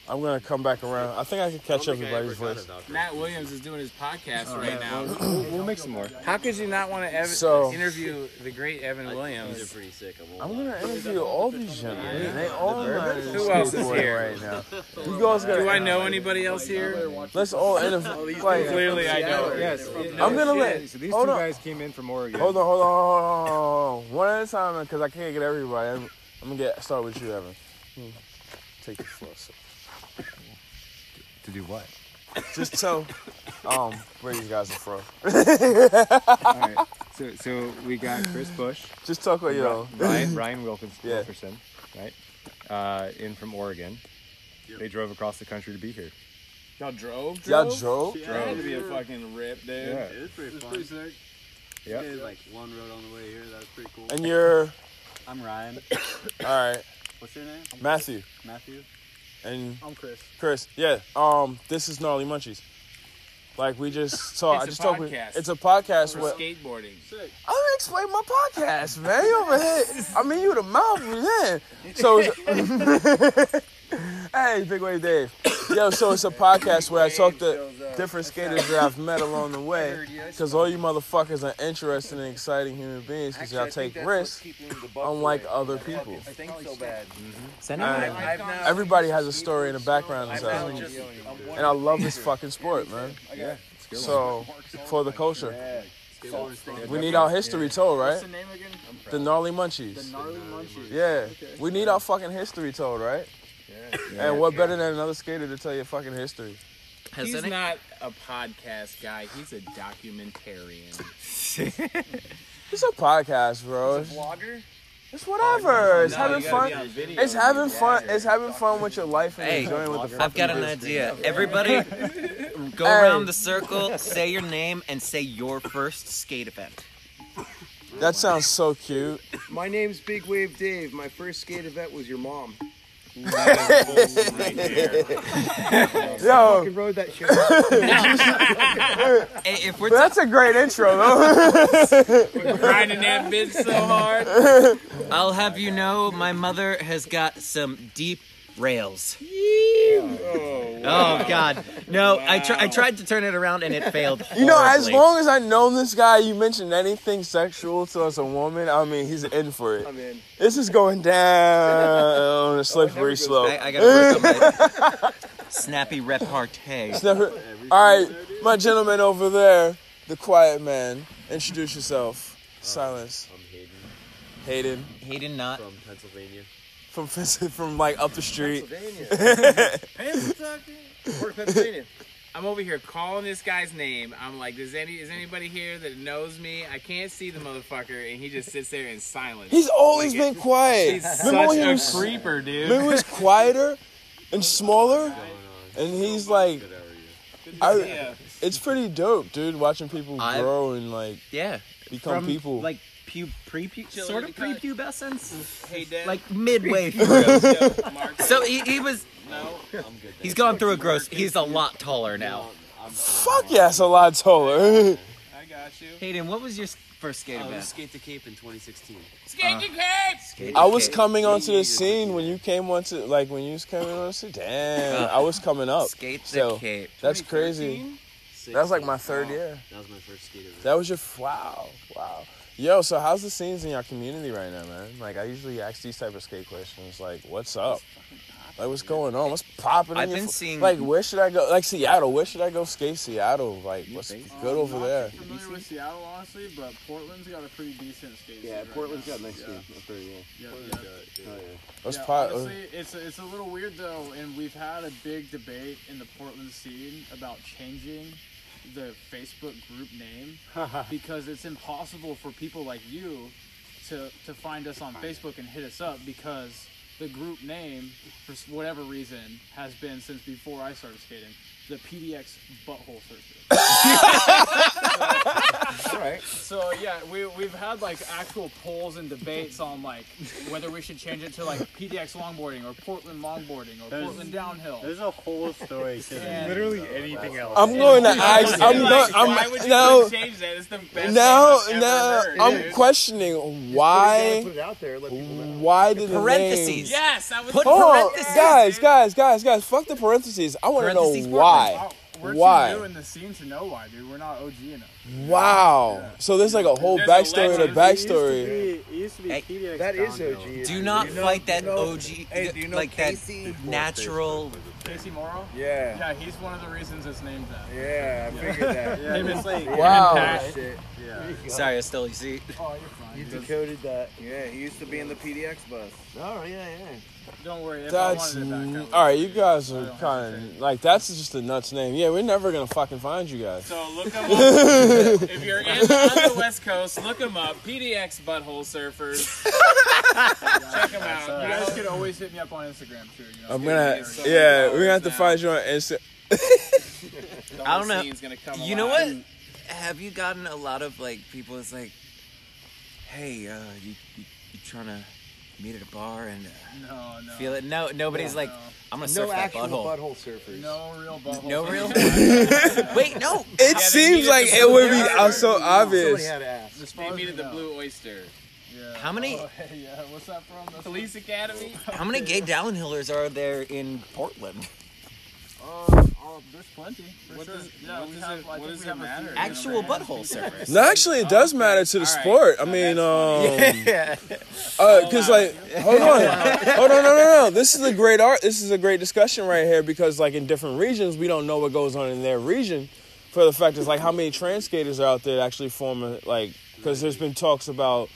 I'm gonna come back around. I think I can catch everybody's voice. Matt Williams is doing his podcast right now. We'll make some more. How could you not want to ev- So- interview the great Evan Williams? pretty sick. I'm gonna interview all these gentlemen. They all know this Who else is skateboarding here? right now. You guys Do I gotta. know anybody else here? Oh, Let's all interview. Like, Clearly, I don't. Yes. I'm gonna let. So these Hold two on. guys came in from Oregon. Hold on, hold on, hold on, hold on, hold on. One at a time, because I can't get everybody. I'm, I'm gonna get start with you, Evan. Take the floor. sir. To do what? Just tell um where these guys are from. All right. So, so we got Chris Bush, Just talk about yo. Ryan, Ryan Wilkins, Yeah. Wilkerson, right? Uh, in from Oregon. They drove across the country to be here. Y'all drove? Y'all drove? Drove to be a fucking rip, dude. Yeah. It's pretty fun. Pretty sick. Yeah. Did like one road on the way here. That was pretty cool. And you're I'm Ryan. all right, What's your name? Matthew Matthew. and I'm Chris. Chris. Yeah. Um, this is gnarly munchies. Like we just saw. It's I a just talked. with- podcast. It's a podcast. For With, skateboarding. I'm gonna explain my podcast, man. You over here. I mean, you the mouth, man. So, it's- hey, Big Wave Dave. Yo, so it's a podcast where I talk to different skaters that I've met along the way. Because all you motherfuckers are interesting and exciting human beings because y'all take risks, unlike other people. Mm-hmm. Mm-hmm. Send And him Uh, everybody has a story in the background and stuff. And I love this fucking sport, man. So, for the culture, we need our history told, right? name again? The gnarly munchies. Gnarly Munchies. Yeah, we need our fucking history told, right? Yeah. And what better than another skater to tell your fucking history? Has He's any- not a podcast guy. He's a documentarian. It's a podcast, bro. It's, Blogger? whatever. It's No, having you gotta fun. be on video. It's having fun. It's having fun with your life and Hey, enjoying what the fuck. I've got an idea. Everybody, go Hey. around the circle, say your name, and say your first skate event. That sounds so cute. My name's Big Wave Dave. My first skate event was your mom. Oh, Yo, rode that shit. Hey, if we're but that's a great intro, though. Grinding that bitch so hard. I'll have you know, my mother has got some deep rails. Oh God! No, I, tr- I tried to turn it around and it failed. you know, as horribly. long as I know this guy, you mentioned anything sexual to us a woman, I mean, he's in for it. in. Oh, This is going down a slippery slope. I, I gotta work on my snappy repartee. It's never- All right, my gentleman over there, the quiet man. Introduce yourself. Silence. Oh, I'm Hayden Hayden Hayden, not from Pennsylvania. from Fis- from like up the street. Pennsylvania. Pennsylvania. Pennsylvania. I'm over here calling this guy's name. I'm like, does any is anybody here that knows me? I can't see the motherfucker, and he just sits there in silence. He's always Like, been quiet. He's Remember when such he a was- creeper, dude. Remember he was quieter and smaller, and he's like, I, it's pretty dope, dude. Watching people I've- grow and like, yeah, become From, people. like pu- pre sort of prepubescence, Hey, Dad. like midway Pre- through. so he, he was. No, I'm good. He's gone through a gross. He's a lot taller now. Fuck yeah, it's a lot taller. I got you. Hayden, what was your s- first skate I event? was skate the Cape in 2016. Uh, Skate the Cape. I was coming onto the scene when you came onto, like when you was coming onto the scene. Uh, Damn, I was coming up. Skate the so, Cape. That's crazy. That's like my third year. That was my first skate event. That was your f- wow, wow. Yo, so how's the scenes in your community right now, man? Like I usually ask these type of skate questions, like what's up, like what's going on, what's popping. in I've your been fo- seeing- Like where should I go? Like Seattle, where should I go skate Seattle? Like what's good over there? I'm not familiar with Seattle, honestly, but Portland's got a pretty decent skate scene. Yeah, right Portland's now. got nice yeah. skate, pretty well. Yeah, Portland's yeah. got- oh, yeah. Let's yeah, pot- honestly, it's it's a little weird though, and we've had a big debate in the Portland scene about changing the Facebook group name because it's impossible for people like you to to find us on Facebook and hit us up because the group name, for s- whatever reason, has been since before I started skating, the PDX Butthole Surfer. Alright. So yeah, we we've had like actual polls and debates on like whether we should change it to like PDX longboarding or Portland longboarding or There's- Portland downhill. There's a whole story to And- uh, that. literally anything else. I'm going to ask. I'm Like, going. I'm why would you now. wanna change that? It's the best Now, name I've ever now, heard. I'm It is. questioning why. Put it out there. Let people know. Why did the name- Parentheses. Yes, that was- Put Hold on, parentheses, guys, guys, guys, guys. Fuck the parentheses. I want to know Parentheses work. why. oh, We're too new Why? in the scene to know why, dude. We're not OG enough. Wow. So there's like a whole There's backstory to legend. backstory. It used to be PDX. that is downhill. OG. Do not You know- fight that you know- OG, Hey, do you know like Casey? that natural. Casey Morrow? Yeah. Yeah, he's one of the reasons it's named that. Yeah, I figured that. yeah, him and- Like, Wow. him and Pat. Shit. Yeah. Sorry, I stole your seat. Oh, you're fine. You dude. decoded that. Yeah, he used to be in the PDX bus. Oh, yeah, yeah. Don't worry. That's all right. You guys are kind of like that's just a nuts name. Yeah, we're never gonna fucking find you guys. So look them up. if you're in, on the West Coast, look them up. PDX Butthole Surfers. Check them out. You guys could always hit me up on Instagram too. You know? I'm gonna. Yeah, we're gonna have to find you on Insta. The I whole don't know. scene's gonna come you know alive. what? Have you gotten a lot of like people? It's like, hey, uh, you, you you trying to meet at a bar and uh, No, no. feel it? No, nobody's Yeah, like, no. I'm gonna surf that butthole. surfers. No real butthole. No real. surfers. Wait, no. It seems like it would be uh, so obvious. They meet at the Blue Oyster. How many- Oh, yeah, what's that from? That's Police Academy. How many gay downhillers are there in Portland? Uh, oh, there's plenty. For sure. yeah, we have, I think we have a few- Actual butthole surfers. No, actually, it does matter to the sport. I mean, um, Yeah. uh, cause like, hold on, hold on, no, no, no. This is a great art. This is a great discussion right here because like in different regions, we don't know what goes on in their region. For the fact is like how many trans skaters are out there that actually forming like, cause there's been talks about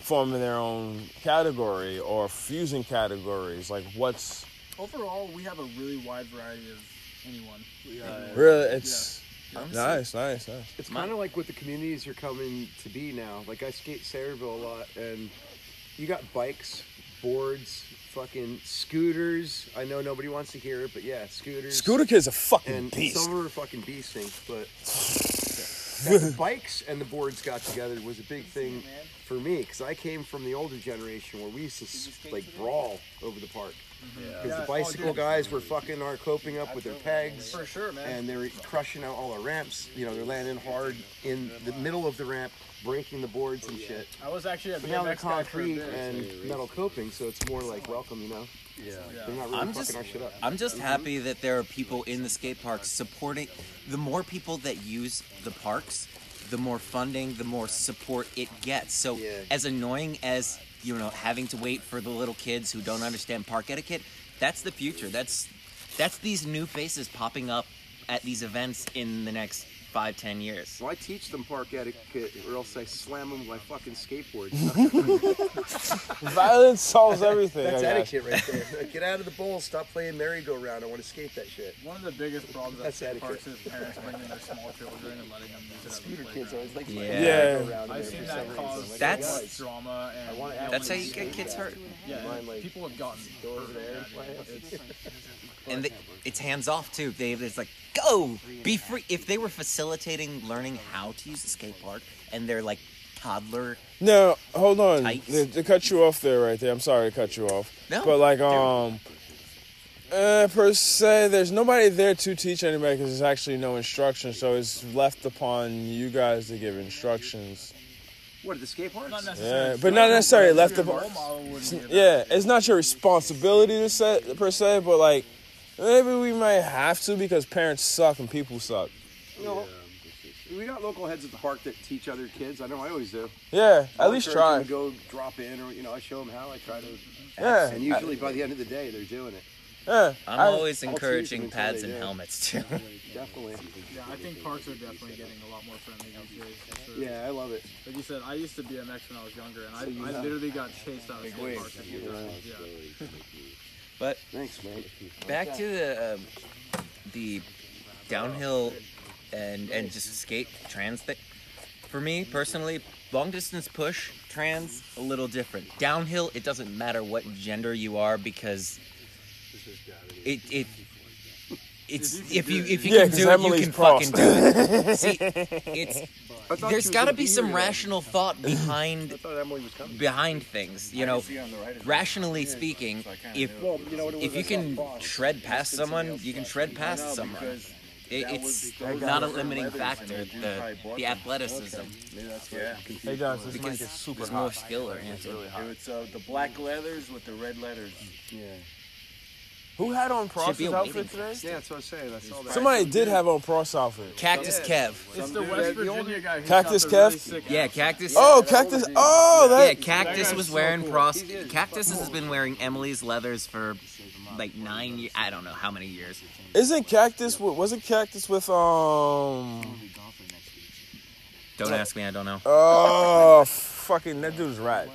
forming their own category or fusing categories. Like, what's Overall, we have a really wide variety of anyone. Uh, uh, really? It's Yeah. nice, nice, nice. It's kind of like what the communities are coming to be now. Like I skate Sayreville a lot, and you got bikes, boards, fucking scooters. I know nobody wants to hear it, but yeah, scooters. Scooter Kid's a fucking and beast. Some of them are fucking beast things, but that the bikes and the boards got together was a big thing for me because I came from the older generation where we used to s- like brawl over the park. Because Yeah. the Oh, bicycle dude. guys were fucking are coping up with their pegs. For sure, man. And they were crushing out all our ramps. You know, they're landing hard in the middle of the ramp, breaking the boards and shit. I was actually a But now they're BMX guy for a concrete bit. and metal coping, so it's more like welcome, you know? Yeah. They're not really I'm fucking just, our shit up. I'm just happy that there are people in the skate parks supporting. The more people that use the parks, the more funding, the more support it gets. So, as annoying as you know, having to wait for the little kids who don't understand park etiquette, that's the future. That's that's these new faces popping up at these events in the next five, ten years. Well, I teach them park etiquette, or else I slam them with my fucking skateboard. Violence solves everything. That's I guess. etiquette right there. Get out of the bowl. Stop playing merry-go-round. I want to skate that shit. One of the biggest problems at That's skate etiquette. parks is parents bringing their small children and letting them use it as a Scooter playground. kids always like Yeah. I've seen that cause so That's- much drama and That's violence. how you get kids hurt. Yeah, and people have gotten hurt. at it. It's- and they, it's hands off too. They it's like go be free. If they were facilitating learning how to use the skate park and they're like toddler, Now, hold on. They, they cut you off there, right there. I'm sorry to cut you off. No. But like, um, uh, per se, there's nobody there to teach anybody because there's actually no instruction. So it's left upon you guys to give instructions. What, at the skate parks? Not Yeah, but not necessarily left upon. Yeah, it's not your responsibility to set per se, but like, maybe we might have to because parents suck and people suck. No. We got local heads at the park that teach other kids. I know I always do. Yeah, at I'll least encourage try. them to go drop in, or you know, I show them how. I try to. Yeah. And usually by the end of the day, they're doing it. Yeah, I'm I- always I'll teach encouraging them until pads they and do. helmets too. Definitely. Yeah, I think parks are definitely getting a lot more friendly these days. for sure. Yeah, I love it. Like you said, I used to BMX when I was younger, and I, So you I have- literally got chased out of Big skate waves. parks. a few times, Yeah. But thanks, man. Back to the um, the downhill and and just skate trans thing. For me personally, long distance push trans a little different. Downhill, it doesn't matter what gender you are because it it. It's if you if you Yeah, can 'cause do it, you Emily's can crossed. fucking do it. See, it's I thought there's she was got to gonna be be some here today. rational thought behind Emily was coming. behind things. You I know, didn't see her on the right of the- rationally speaking, kinda if knew it Well, you know what it was, if you I saw can Fox. shred past someone, you can shred past someone. It, it's not a limiting factor. The, the athleticism. Yeah. Hey, John, this mic because is super there's hot. more skill oriented. It's uh, the black leathers with the red letters. Yeah. Who had on Should be Prosser's a outfit waiting today? Yeah, that's what I was saying. I saw that. Somebody did have on Pross outfit. Cactus Yeah. Kev. It's the West the old- Virginia guy who Cactus shot the really Kev? sick Yeah, Cactus. Oh, Cactus. Oh, yeah, that. Cactus was wearing Prost. Cactus has been wearing Emily's leathers for like nine years. I don't know how many years. Isn't Cactus? with- Wasn't Cactus with um? Don't ask me. I don't know. Oh, fucking that dude's right.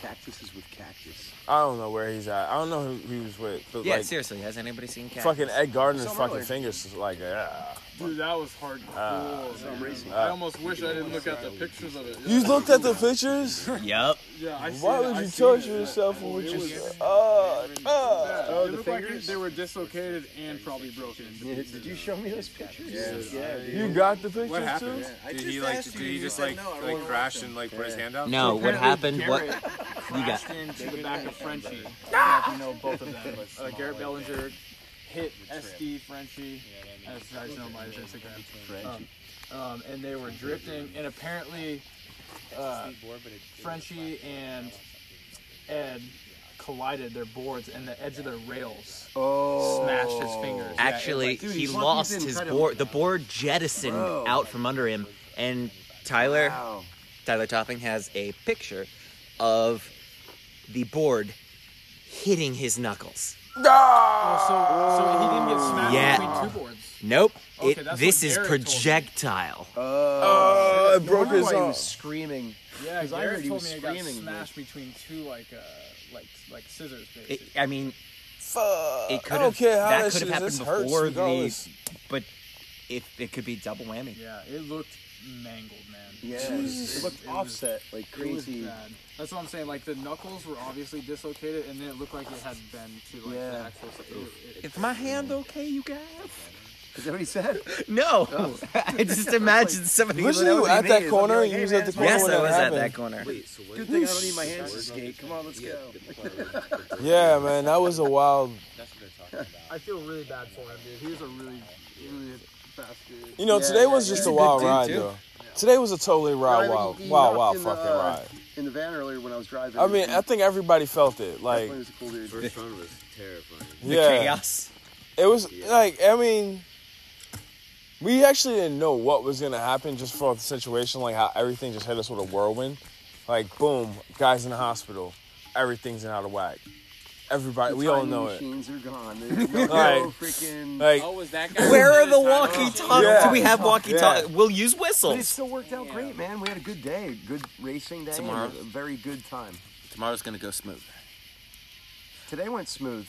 Cactus is with cactus. I don't know where he's at. I don't know who he was with, but yeah, like seriously. Has anybody seen Cactus? fucking Ed Gardner's Some fucking earlier. fingers is like ah. Dude, that was hard. Ah. cool, man. racing. I almost wish I didn't look at the pictures of it. You looked at the pictures. Yup. Yeah, Why I seen it, would I you seen torture it. yourself with It your? was- Oh, Yeah, oh. it looked like they were dislocated and probably broken. Did you show me those pictures? Yeah, You got the pictures What happened? too. I Did just he like? asked Did you, he you just said like no, I don't like wanna crash watch and like put his hand out? No, what happened? What Garrett you crashed got? into the back of Frenchie. I don't know if you know both of them. Uh, Garrett Bellinger hit SD Frenchie. That's I just know my Instagram. Um, um, and they were drifting, and apparently, uh, Frenchie and Ed collided their boards and the edge of their rails smashed his fingers. Yeah, it, Actually, like- Dude, he fucking lost didn't his cut him. board. The board jettisoned Bro. out from under him, and Tyler, Tyler Topping has a picture of the board hitting his knuckles. Uh, Oh, so, so he didn't get smashed Yeah. between two boards. Nope. Okay, it, that's this what is Garrett told me. projectile. Oh, it Uh, broke his He arm. was screaming. Yeah, because I Garrett, heard he told was me I got screaming, smashed between two like uh like like scissors It, basically. I mean, Fuck. it I could don't have care how that this could have is, happened this hurts before regardless. the, but if it could be double whammy. yeah, it looked mangled, man. Yeah, Jesus. it looked offset like It was crazy. bad. That's what I'm saying. Like the knuckles were obviously dislocated, and then it looked like it had been to like the Yeah. actual. It, it, Is my hand okay, you guys? Is that what he said? No, Oh. I just imagined somebody. Wasn't that you would be at me. that It's corner? like, You "Hey, was man, at the it's my corner hand." Yes, when I that was at happened. that corner. Good thing I don't need my hands to skate. Come on, let's go. Yeah, man, that was a wild. I feel really bad for him, dude. He was a really really fast dude. You know, today was just a wild ride, though. Today was a totally Right, like, wild, wild, he wild, hopped wild in fucking the, uh, ride. In the van earlier when I was driving. I mean, I think everybody felt it. Like, Definitely was a cool dude. First round was terrifying. yeah, It was like, I mean, we actually didn't know what was gonna happen just for the situation, like how everything just hit us with a whirlwind. Like, boom, guys in the hospital, everything's in out of whack. Everybody, The we all timing know it. machines are gone. There's no- Like- no freaking- like- Oh, was that guy Where are who the did it? walkie talkies? Yeah. Do we have walkie talkies? Yeah. We'll use But it whistles. still worked out great, man. We had a good day, good racing day, and Tomorrow- a very good time. Tomorrow's gonna go smooth. Today went smooth.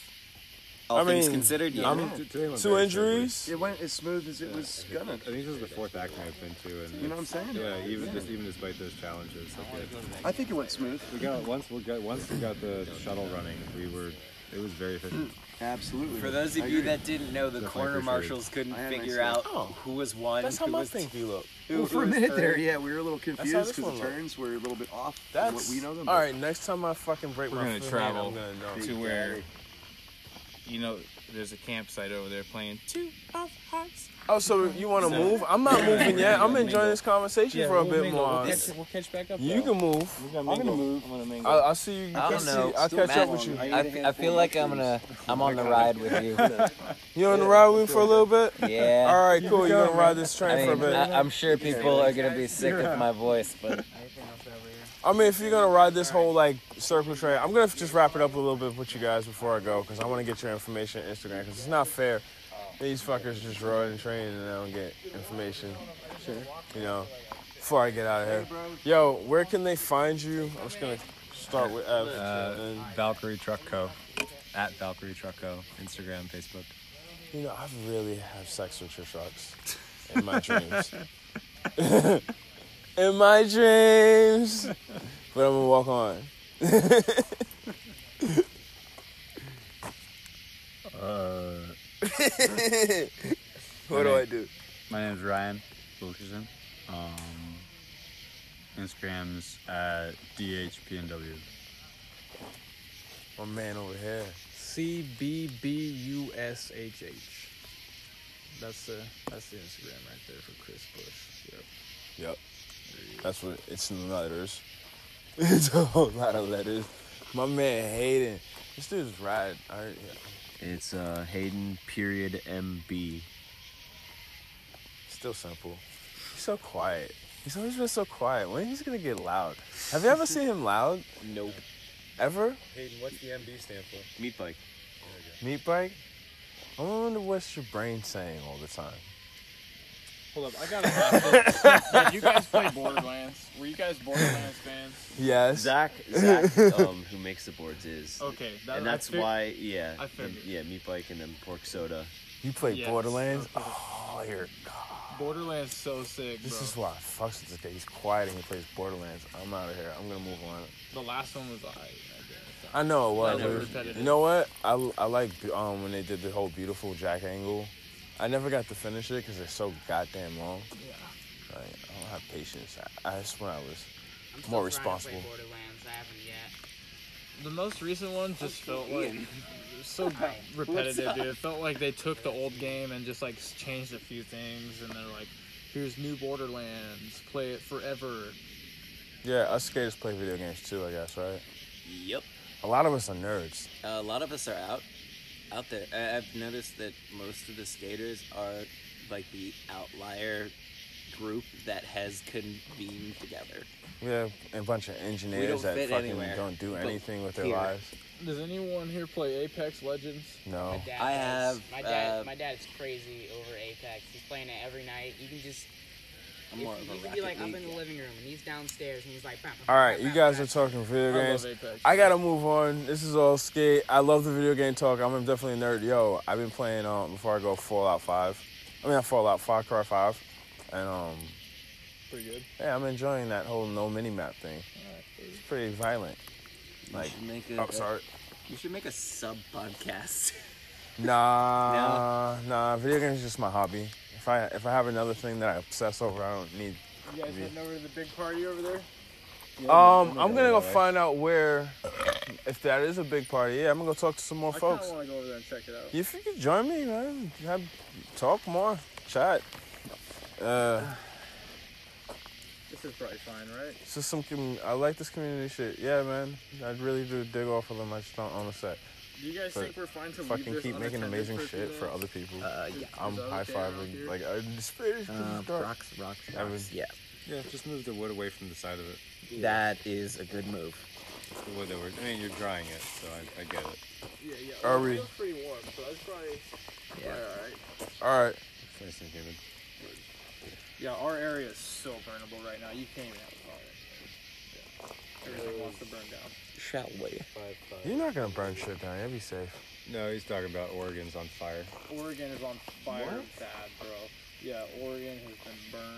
All things considered, yeah. two injuries. It went as smooth as it was gonna. I think this is the fourth acting I've been to, and You know what I'm saying? Yeah, even Yeah. Just, even despite those challenges, like it, I think it went smooth. we got once we got once we got the shuttle running, we were it was very efficient. Hmm. Absolutely. For those of you that didn't know, the Definitely corner appreciate it. marshals couldn't I had my figure snack. out who was one. That's how who my was thing we look. Well, for a minute there, yeah, we were a little confused because the one looked. turns were a little bit off. from That's what we know them. All right, next time I fucking break We're my gonna foot, travel I'm gonna know. to where you know there's a campsite over there playing two of hearts. Oh, so you want to So- move? I'm not Yeah. moving yet. I'm We'll enjoying mingle. this conversation Yeah, for a we'll bit mingle. more. We'll catch, we'll catch back up. You though. can move. We're gonna mingle. I'm gonna mingle. I'll, I'll see you. I don't see- know. I'll Still catch up mad with long. you. I ate a I f- I handful feel of like I'm mushrooms. gonna- I'm on the Oh ride with you. Uh, You on the ride with me for a little bit? Yeah. All right, cool. You're gonna ride this I train for a mean, bit. I, am sure people are gonna be sick of my voice, but I mean, if you're gonna ride this whole like circle train, I'm gonna just wrap it up a little bit with you guys before I go, cause I want to get your information on Instagram, cause it's not fair. These fuckers just riding train and I don't get information. Sure. You know, before I get out of here. Yo, where can they find you? I'm just gonna start with Ev. Uh, Valkyrie Truck Co. At Valkyrie Truck Co. Instagram, Facebook. You know, I really have sex with your sharks in my dreams. in my dreams. But I'm gonna walk on. Uh, What do I do? My name's Ryan Wilkerson. Um, Instagram's at DHPNW. My man over here. C B B U S H H. That's the that's the Instagram right there for Chris Bush. Yep. Yep. That's what it's in letters. It's a whole lot of letters. My man Hayden. This dude's rad. I heard- It's uh, Hayden period MB. Still simple. He's so quiet. He's always been so quiet. When he's gonna get loud? Have you ever seen him loud? Nope. Ever? Hayden, what's the MB stand for? Meat bike. Meat bike? I wonder what's your brain saying all the time. Hold up, I got a Did you guys play Borderlands? Were you guys Borderlands fans? Yes. Zach, Zach, um, who makes the boards is Okay, that- and I that's fig- why, yeah, I and- figured. yeah, meat bike and then pork soda. You play Yes. Borderlands? Oh, here. Borderlands so sick, bro. This is why I fucks with this guy. He's quiet and he plays Borderlands. I'm out of here. I'm gonna move on. The last one was alright. I know it was. Kind of but- repetitive. you know what? I, I like um, when they did the whole beautiful Jack Angle. I never got to finish it because it's so goddamn long. Like, I don't have patience. I, I just when I was more responsible. The most recent one just felt like Ian. it was so repetitive, dude. It felt like they took the old game and just like changed a few things, and they're like, "Here's new Borderlands, play it forever." Yeah, us skaters play video games too, I guess, right? Yep. A lot of us are nerds. a lot of us are out out there. I, I've noticed that most of the skaters are like the outlier group that has convened together. We have a bunch of engineers that fit fucking anywhere, don't do but anything with their here. lives. Does anyone here play Apex Legends? No. Dad I does. have, My dad. uh, my dad's crazy over Apex. He's playing it every night. You can just. I'm if- more of you a could be Rocket like, I'm League in the living room and he's downstairs and he's like. "Bah, bah, All right, you guys are talking video I games. love Apex. I gotta move on. This is all skate. I love the video game talk. I'm definitely a nerd. Yo, I've been playing um before I go Fallout Five. I mean, not Fallout Five, Cry Five, and um Pretty good. yeah, I'm enjoying that whole no mini map thing. It's pretty violent. Like, Make oh, sorry. You should make a sub podcast. Nah, nah. Video games is just my hobby. If I if I have another thing that I obsess over, I don't need. You guys me. heading over to the big party over there? Um, I'm gonna go find out where, if that is a big party. Yeah, I'm gonna go talk to some more I kind folks. of want to go over there and check it out. If you could join me, man, have, talk more, chat. Uh, This is probably fine, right? it's just some. Com- I like this community shit. Yeah, man, I really do dig off of them. I just don't own a set. Do you guys But think we're fine to leave fucking this keep making unattended amazing for a few shit for days? other people? Uh, yeah. I'm Is that high okay around fiving. here? Like I just it's Uh, Um, dark. rocks, Evan. Yeah. Yeah, just move the wood away from the side of it. That is a good move. the wood that we're. I mean, you're drying it, so I, I get it. Yeah, yeah. Are well, we- It feels pretty warm, so that's probably. Yeah. Alright. All right. Nice and humid. Yeah, our area is so burnable right now. You can't even have a fire. Everything wants to burn down. Shall we? You're not gonna burn shit down. You'll be safe. No, he's talking about Oregon's on fire. Oregon is on fire bad, bro. Yeah, Oregon has been burning.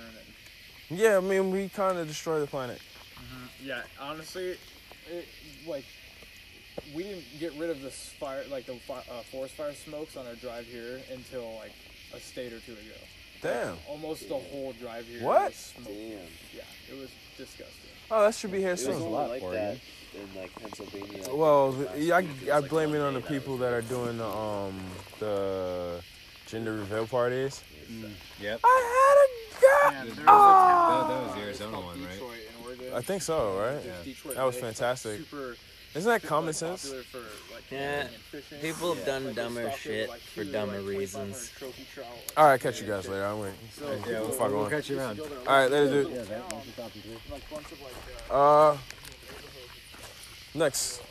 Yeah, I mean, we kind of destroy the planet. Mm-hmm. Yeah, honestly, it, like we didn't get rid of this fire, like the fi- uh, forest fire smokes on our drive here until like a state or two ago. Damn. Like, almost the whole drive here. What? Was smoked. Yeah, it was disgusting. Oh, that should be here soon. in like Pennsylvania. Well, the- yeah, I, I blame it on the people that are doing the um the gender reveal parties. Yep. I had a That, gun. that was the Arizona one, right? I think so, right? Yeah. Detroit, That was right? fantastic. Super- Isn't that super, common like, sense? popular for, like, Yeah, hunting and fishing. people have Yeah. done Like, they dumber stocked it with, shit like, for two, dumber like, reasons. 2,500 trophy trout, like, All right, catch you guys later. I'm waiting. So- Hey, Yeah, what the we'll- fuck we'll going? catch you around. All right, later, dude. Like, bunch of, like, Uh, next.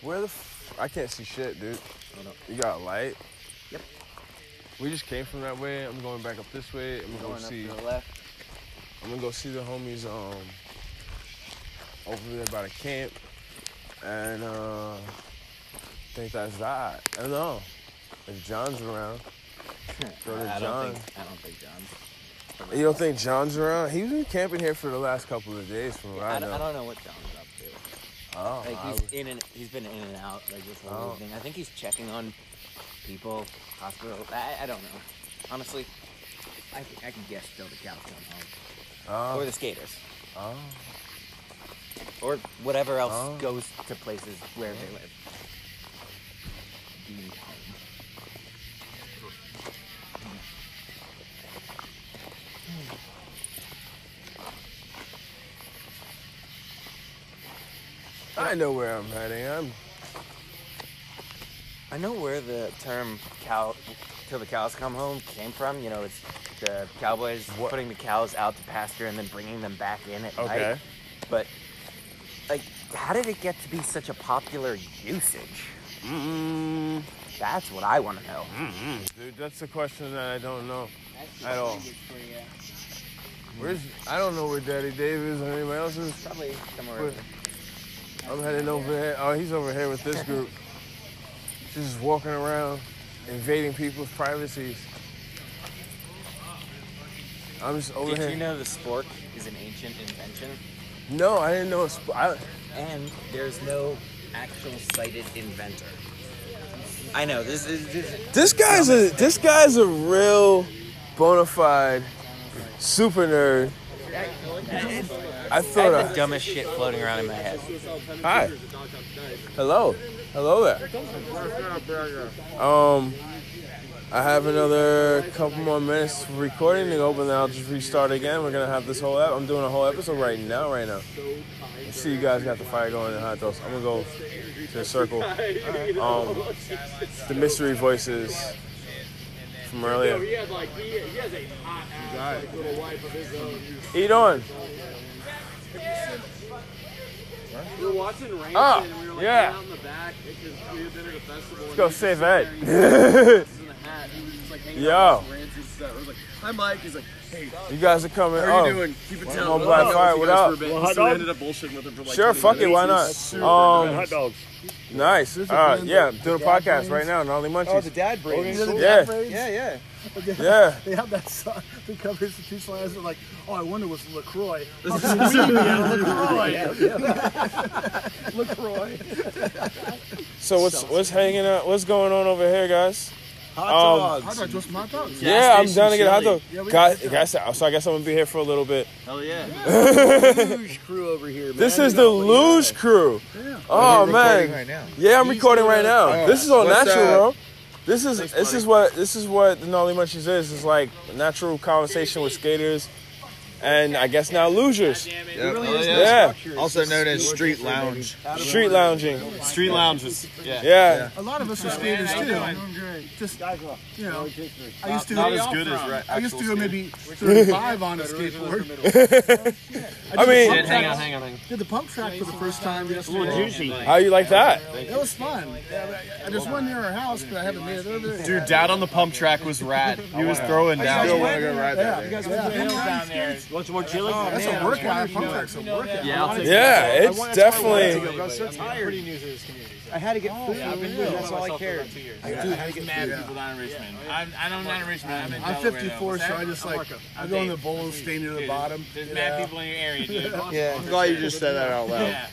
Where the f- I can't see shit, dude. You got a light? Yep. We just came from that way. I'm going back up this way. I'm gonna go Going up see. to the left. I'm gonna go see the homies um over there by the camp, and uh, I think that's that. I don't know if John's around. Go to I John. don't think. I don't think John. You don't think John's around? He's been camping here for the last couple of days, from what I I don't, know. I don't know what John's up to. Oh, like I he's was- in and he's been in and out like this whole Oh. thing. I think he's checking on people, hospital. I, I don't know. Honestly, I, c- I can guess till the cows come home, Oh. or the skaters, oh. or whatever else Oh. goes to places where they live. Mm. I know where I'm heading. I'm. I know where the term "cow" till the cows come home came from. You know, it's the cowboys putting the cows out to pasture and then bringing them back in at Okay. night. But like, how did it get to be such a popular usage? Mm-mm. That's what I want to know. Mm-mm. mm-hmm. Dude, that's a question that I don't know at all. Where's I don't know where Daddy Dave is or anybody else is. Probably somewhere. But I'm heading over here. Oh, he's over here with this group. Just walking around, invading people's privacies. I'm just over Did here. you know the spork is an ancient invention? No, I didn't know. It's, I, And there's no actual cited inventor. I know this is this, This guy's a this guy's a real bona fide super nerd. I thought I had I- the dumbest shit floating around in my head. Hi. Hello. Hello there. Um I have another couple more minutes of recording to go, but then I'll just restart again. We're gonna have this whole ep- I'm doing a whole episode right now, right now. I see you guys got the fire going in hot dogs. I'm gonna go to the circle. Um the mystery voices from earlier. Oh, he has like he, he has a hot ass like, little wife of his own. Eat on. We were watching Rancid Ah, and we were like yeah. out in the back because we had been at a festival. Let's and he go was save just there, Ed. he was just in the hat, he was just, like, hanging out Yo. with Rancid set. We're like, Hi Mike. He's like, Hey. You guys are coming. How are you oh. doing? Keep it I'm down. on Black Fire. What up? so we ended up bullshitting with him for like sure, 20 fuck it. Why minutes. not? He's super um, good. hot dogs. Nice. There's a Uh, brand yeah, that- I'm the doing a dad podcast brings- right now. Gnarly Munchies. Oh, the dad braids. yeah. Yeah, yeah. Yeah. They have that song. They cover institutional ads. They're like, oh, I wonder what's LaCroix. This is- How convenient, Yeah, LaCroix. So what's what's hanging out? What's going on over here, guys? Hot Um, dogs. Hot dogs. Just my dogs. Yeah, I'm down to get a hot dog. Yeah, we guys, got hot guys, so I guess I'm gonna be here for a little bit. Hell yeah. Huge crew over here, man. This is the Luge Crew. Oh We're man. recording right now. Yeah, I'm recording right now. Oh, This is all what's natural, that? bro. This is this is what this is what the Gnarly Munchies is. It's like natural conversation with skaters, and I guess now losers. Yep. really is no yeah. structure. Also known as street lounge. Street lounging. Street lounges, yeah. Yeah. A lot of us are skaters too. Just you know, I used to Not as good as re- I used to actual go maybe skating. 35 on a Literally from skateboard. the middle. I did the mean- pump Shit, hang track- on, hang on, hang on. Did the pump track for the first time yesterday. juicy. How you like that? That was fun. I just one near our house, but I haven't made it over there. Dude, down on the pump track was rad. He was throwing down. Yeah, you guys want to go down there? Want some more chili? Oh, that's a workout. Pump track's a workout. Yeah, I'll take Yeah, that. it's definitely. I was so tired. Oh, Pretty new to this community. I had to get food. Oh, Yeah, I've been doing That's that all I myself for cared. about two years. I Yeah. do. I just mad people down in Richmond. I'm, I don't not in Richmond. I'm in I'm Delaware, though. 54, Is that- so I just like I go in the bowl, stain to the bottom. There's mad people in your area, dude. Yeah. For I'm glad you sure. just said that out loud. Yeah.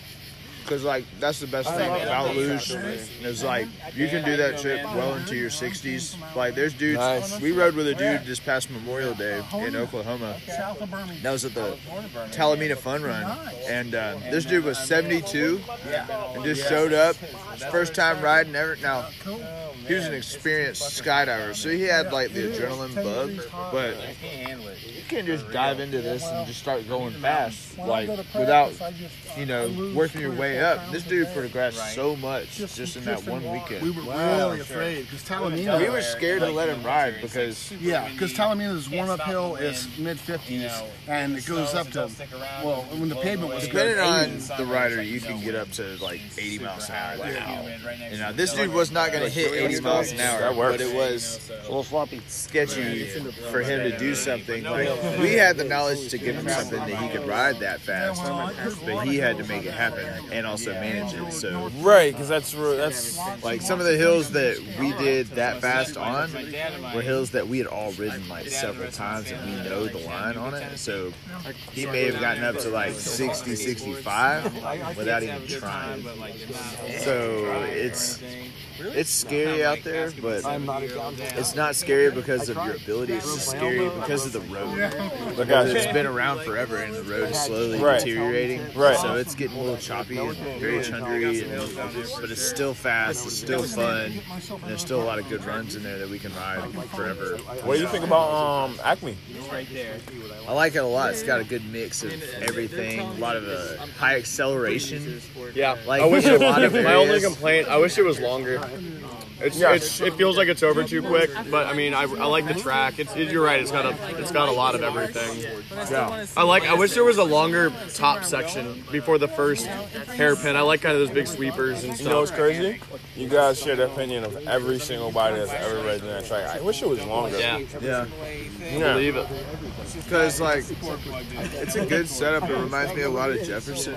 Because, like, that's the best thing about luge is, like, you can do that shit well into your 60s. Like, there's dudes. Nice. We rode with a dude this past Memorial Day in Oklahoma. South of Birmingham. That was at the Talamina Fun Run. And um, this dude was 72 and just showed up. His first time riding ever. Now, he was an experienced skydiver, so he had, like, the adrenaline bug. But you can't just dive into this and just start going fast, like, without you know, working your way up. This dude progressed so much just in that one weekend. We were really afraid because Talamina. We were scared to let him ride because Yeah, because Talamina's warm up hill is mid 50s and it goes up to, well, when the pavement was depending good. on the rider, you can get up to like 80 miles an hour. Wow. You know, this dude was not going to hit 80 miles an hour, That works. but it was a little floppy, sketchy for him to do something. Like we had the knowledge to give him something that he could ride that fast, but he had to make it happen and also manage it. So Right, because that's re- that's Like some of the hills that we did that fast on were hills that we had all ridden like several times and we know the line on it. So he may have gotten up to like 60, 65 without even trying. So it's it's scary out there, but it's not scary because of your abilities. It's scary because of the road. Because it's been around forever and the road is slowly Right. deteriorating. Right. So it's getting a little choppy and very chundery, and, but it's still fast. It's still fun. And there's still a lot of good runs in there that we can ride forever. What do you think about um Acme? Right there. I like it a lot. It's got a good mix of everything. A lot of uh, high acceleration. Yeah. Like I wish in a it, lot of my only areas. complaint. I wish it was longer. It's, Yeah. it's it feels like it's over too quick, but I mean I, I like the track. It's it, you're right. It's got a it's got a lot of everything. Yeah. I like. I wish there was a longer top section before the first hairpin. I like kind of those big sweepers and stuff. You know what's crazy? You guys uh, share the opinion of every single body that's ever read in that track. I wish it was longer. Yeah. Yeah. Yeah. Believe it. Because like, it's a good setup. It reminds me a lot of Jefferson.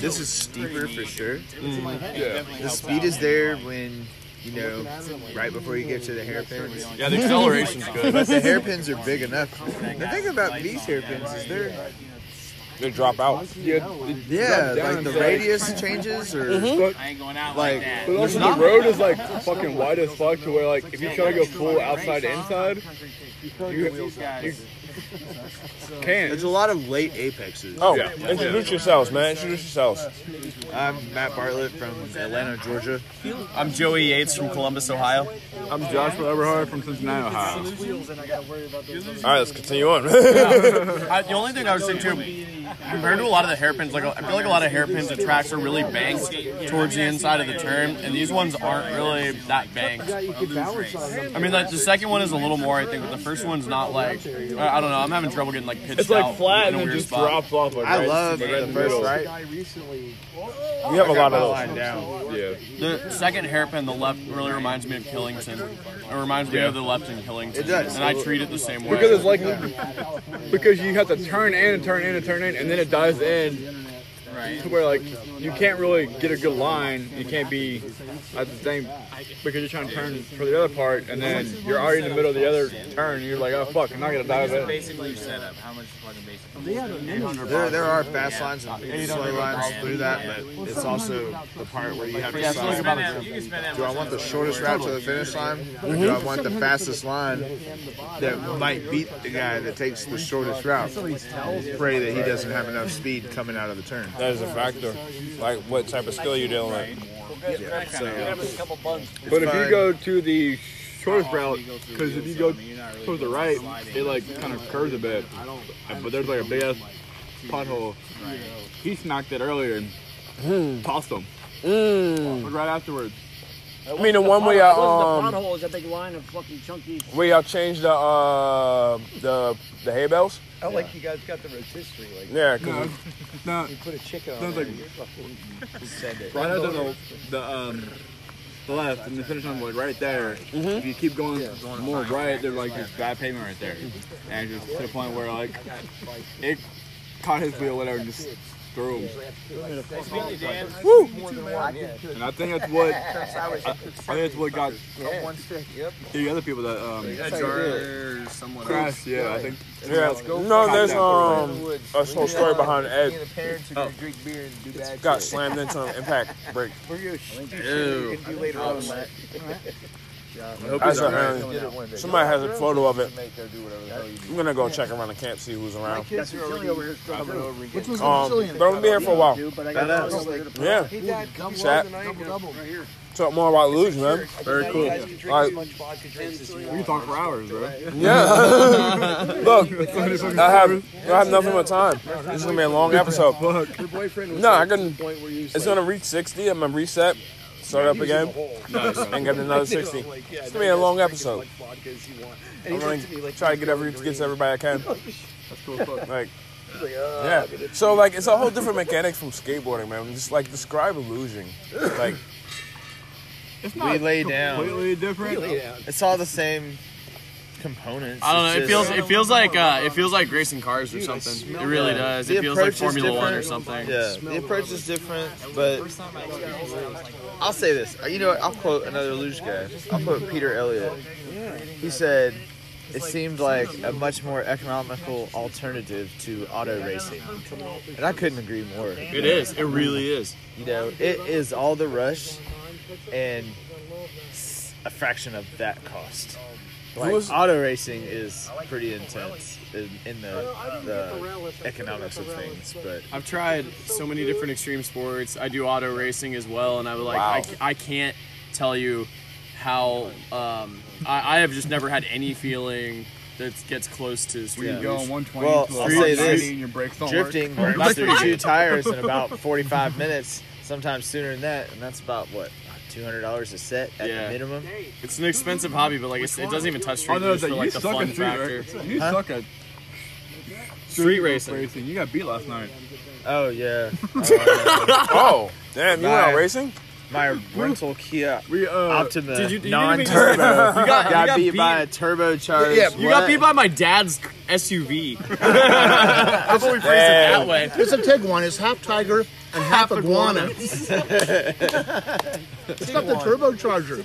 This is steeper for sure. Mm-hmm. Yeah. The speed is there when you know right before you get to the hairpins. Yeah, the acceleration's good. But the hairpins are big enough. The thing about these hairpins is they're They drop out. yeah, like the radius changes or Mm-hmm. Mm-hmm. I ain't going out like. But also the road is like fucking wide as fuck to where like if you try to go full outside to inside, you, you can. There's a lot of late apexes. Oh, introduce yourselves, man. Introduce yourselves. I'm Matt Bartlett from Atlanta, Georgia. I'm Joey Yates from Columbus, Ohio. I'm Joshua Eberhard from Cincinnati, All right, let's continue on. I, the only thing I would say too, compared to a lot of the hairpins, like I feel like a lot of hairpins and tracks are really banked towards the inside of the turn, and these ones aren't really that banked. I mean, like the second one is a little more, I think, but the first one's not like I I don't know. I'm having trouble getting like pitched It's, like, out flat in a and then weird just spot. drops off, like, I love the first right. We have a I got lot my of line those. down. Yeah. The second hairpin, the left, really reminds me of Killington. It reminds me Yeah. of the left in Killington. It does. And I treat it the same way. Because it's like because you have to turn in and turn in and turn in, and then it dives in. Right. Where like you can't really get a good line. You can't be at the same because you're trying to turn for the other part, and then you're already in the middle of the other turn. And you're like, oh fuck, I'm not gonna dive Just in. basically set up. How much is fucking basic? There, there are fast lines and slow lines through that, but it's also the part where you have to Yeah, it's like about a- decide: you can spend that do I much want the on shortest route to the finish line, or do I want the fastest line that might beat the guy that takes the shortest route? Pray that he doesn't have enough speed coming out of the turn. That is a factor. Like what type of skill you dealing with. Yeah, so- But if you go to the shortest route because if you go towards the right, it like kind of curves a bit. Uh, But there's like a big ass pothole. He smacked it Hmm. earlier and tossed him. But Right afterwards. Mm. I mean, the one where y'all, um, um, potholes that big line of fucking chunky. where y'all changed the uh, the the hay bales. I like you guys got the rotisserie. Like, Yeah, 'cause No. you put a chicken on No, it's there. like- you're fucking send it. Right after the, the um the left and the finish line was like right there. Mm-hmm. If you keep going more right, there's like this bad pavement right there, and just to the point where like it caught his wheel, whatever, and just threw him. Woo! And I think that's what I, I think that's what got One stick. Yep. the other people that um crashed. Yeah, I think. Yeah. No, there's um a whole story behind Ed. Oh. Got slammed into an impact brake. Ew. Can do later on. Alright. That's a, um, somebody has a photo of it. I'm gonna go check around the camp, see who's around. That's are already over here struggling over again. Um, but I'm there for a while. Yeah. He died double Chat. double double right here. Talk more about luge, man. Very cool. All right. We can talk for hours, bro. Yeah. Look, I have I have nothing but time. This is gonna be a long episode. Your boyfriend was No, like I can. point where you was It's like- gonna reach 60. I'm gonna reset, start up again, and get another 60. It's gonna be a long episode. I'm gonna try to get every gets everybody I can. Like, "Ah, yeah. So like, it's a whole different mechanic from skateboarding, man. Just like describe illusion, like. It's we lay down. completely different. We lay down. It's all the same components. I don't know. It's It feels just- it feels like uh, it feels like racing cars or something. It really Yeah. does. The It feels like approach is Formula One or different. something. Yeah, the approach is different, but I'll say this. Uh, You know what? I'll quote another luge guy. I'll quote Peter Elliott. He said, "It seemed like a much more economical alternative to auto racing," and I couldn't agree more. It is. It really is. You know, it is all the rush and s- a fraction of that cost. Like, was- auto racing is pretty intense in, in the, the economics of things, but I've tried so many different extreme sports. I do auto racing as well, and I would like Wow. I c- I, can't tell you how um, I, I have just never had any feeling that gets close to street. Yeah. racing. Go on 120 Well, to I'll Street say racing. this, drifting runs through two tires in about 45 minutes, sometimes sooner than that, and that's about what $200 a set at Yeah. the minimum. It's an expensive hobby, but like it's, it doesn't even touch Oh, street. Although just that for, you like the suck fun at street factor. rac- you Huh? suck at street racing. You got beat last night. Oh yeah. oh damn! You went out My- racing? uh, My rental Kia Optima did you- did you even get- non-turbo You got- you got, got beat, beat. by a turbocharged. you got what? beat by my dad's SUV. I've always phrased it that way. It's a Tiguan. It's half tiger and half iguana. it's got the turbocharger.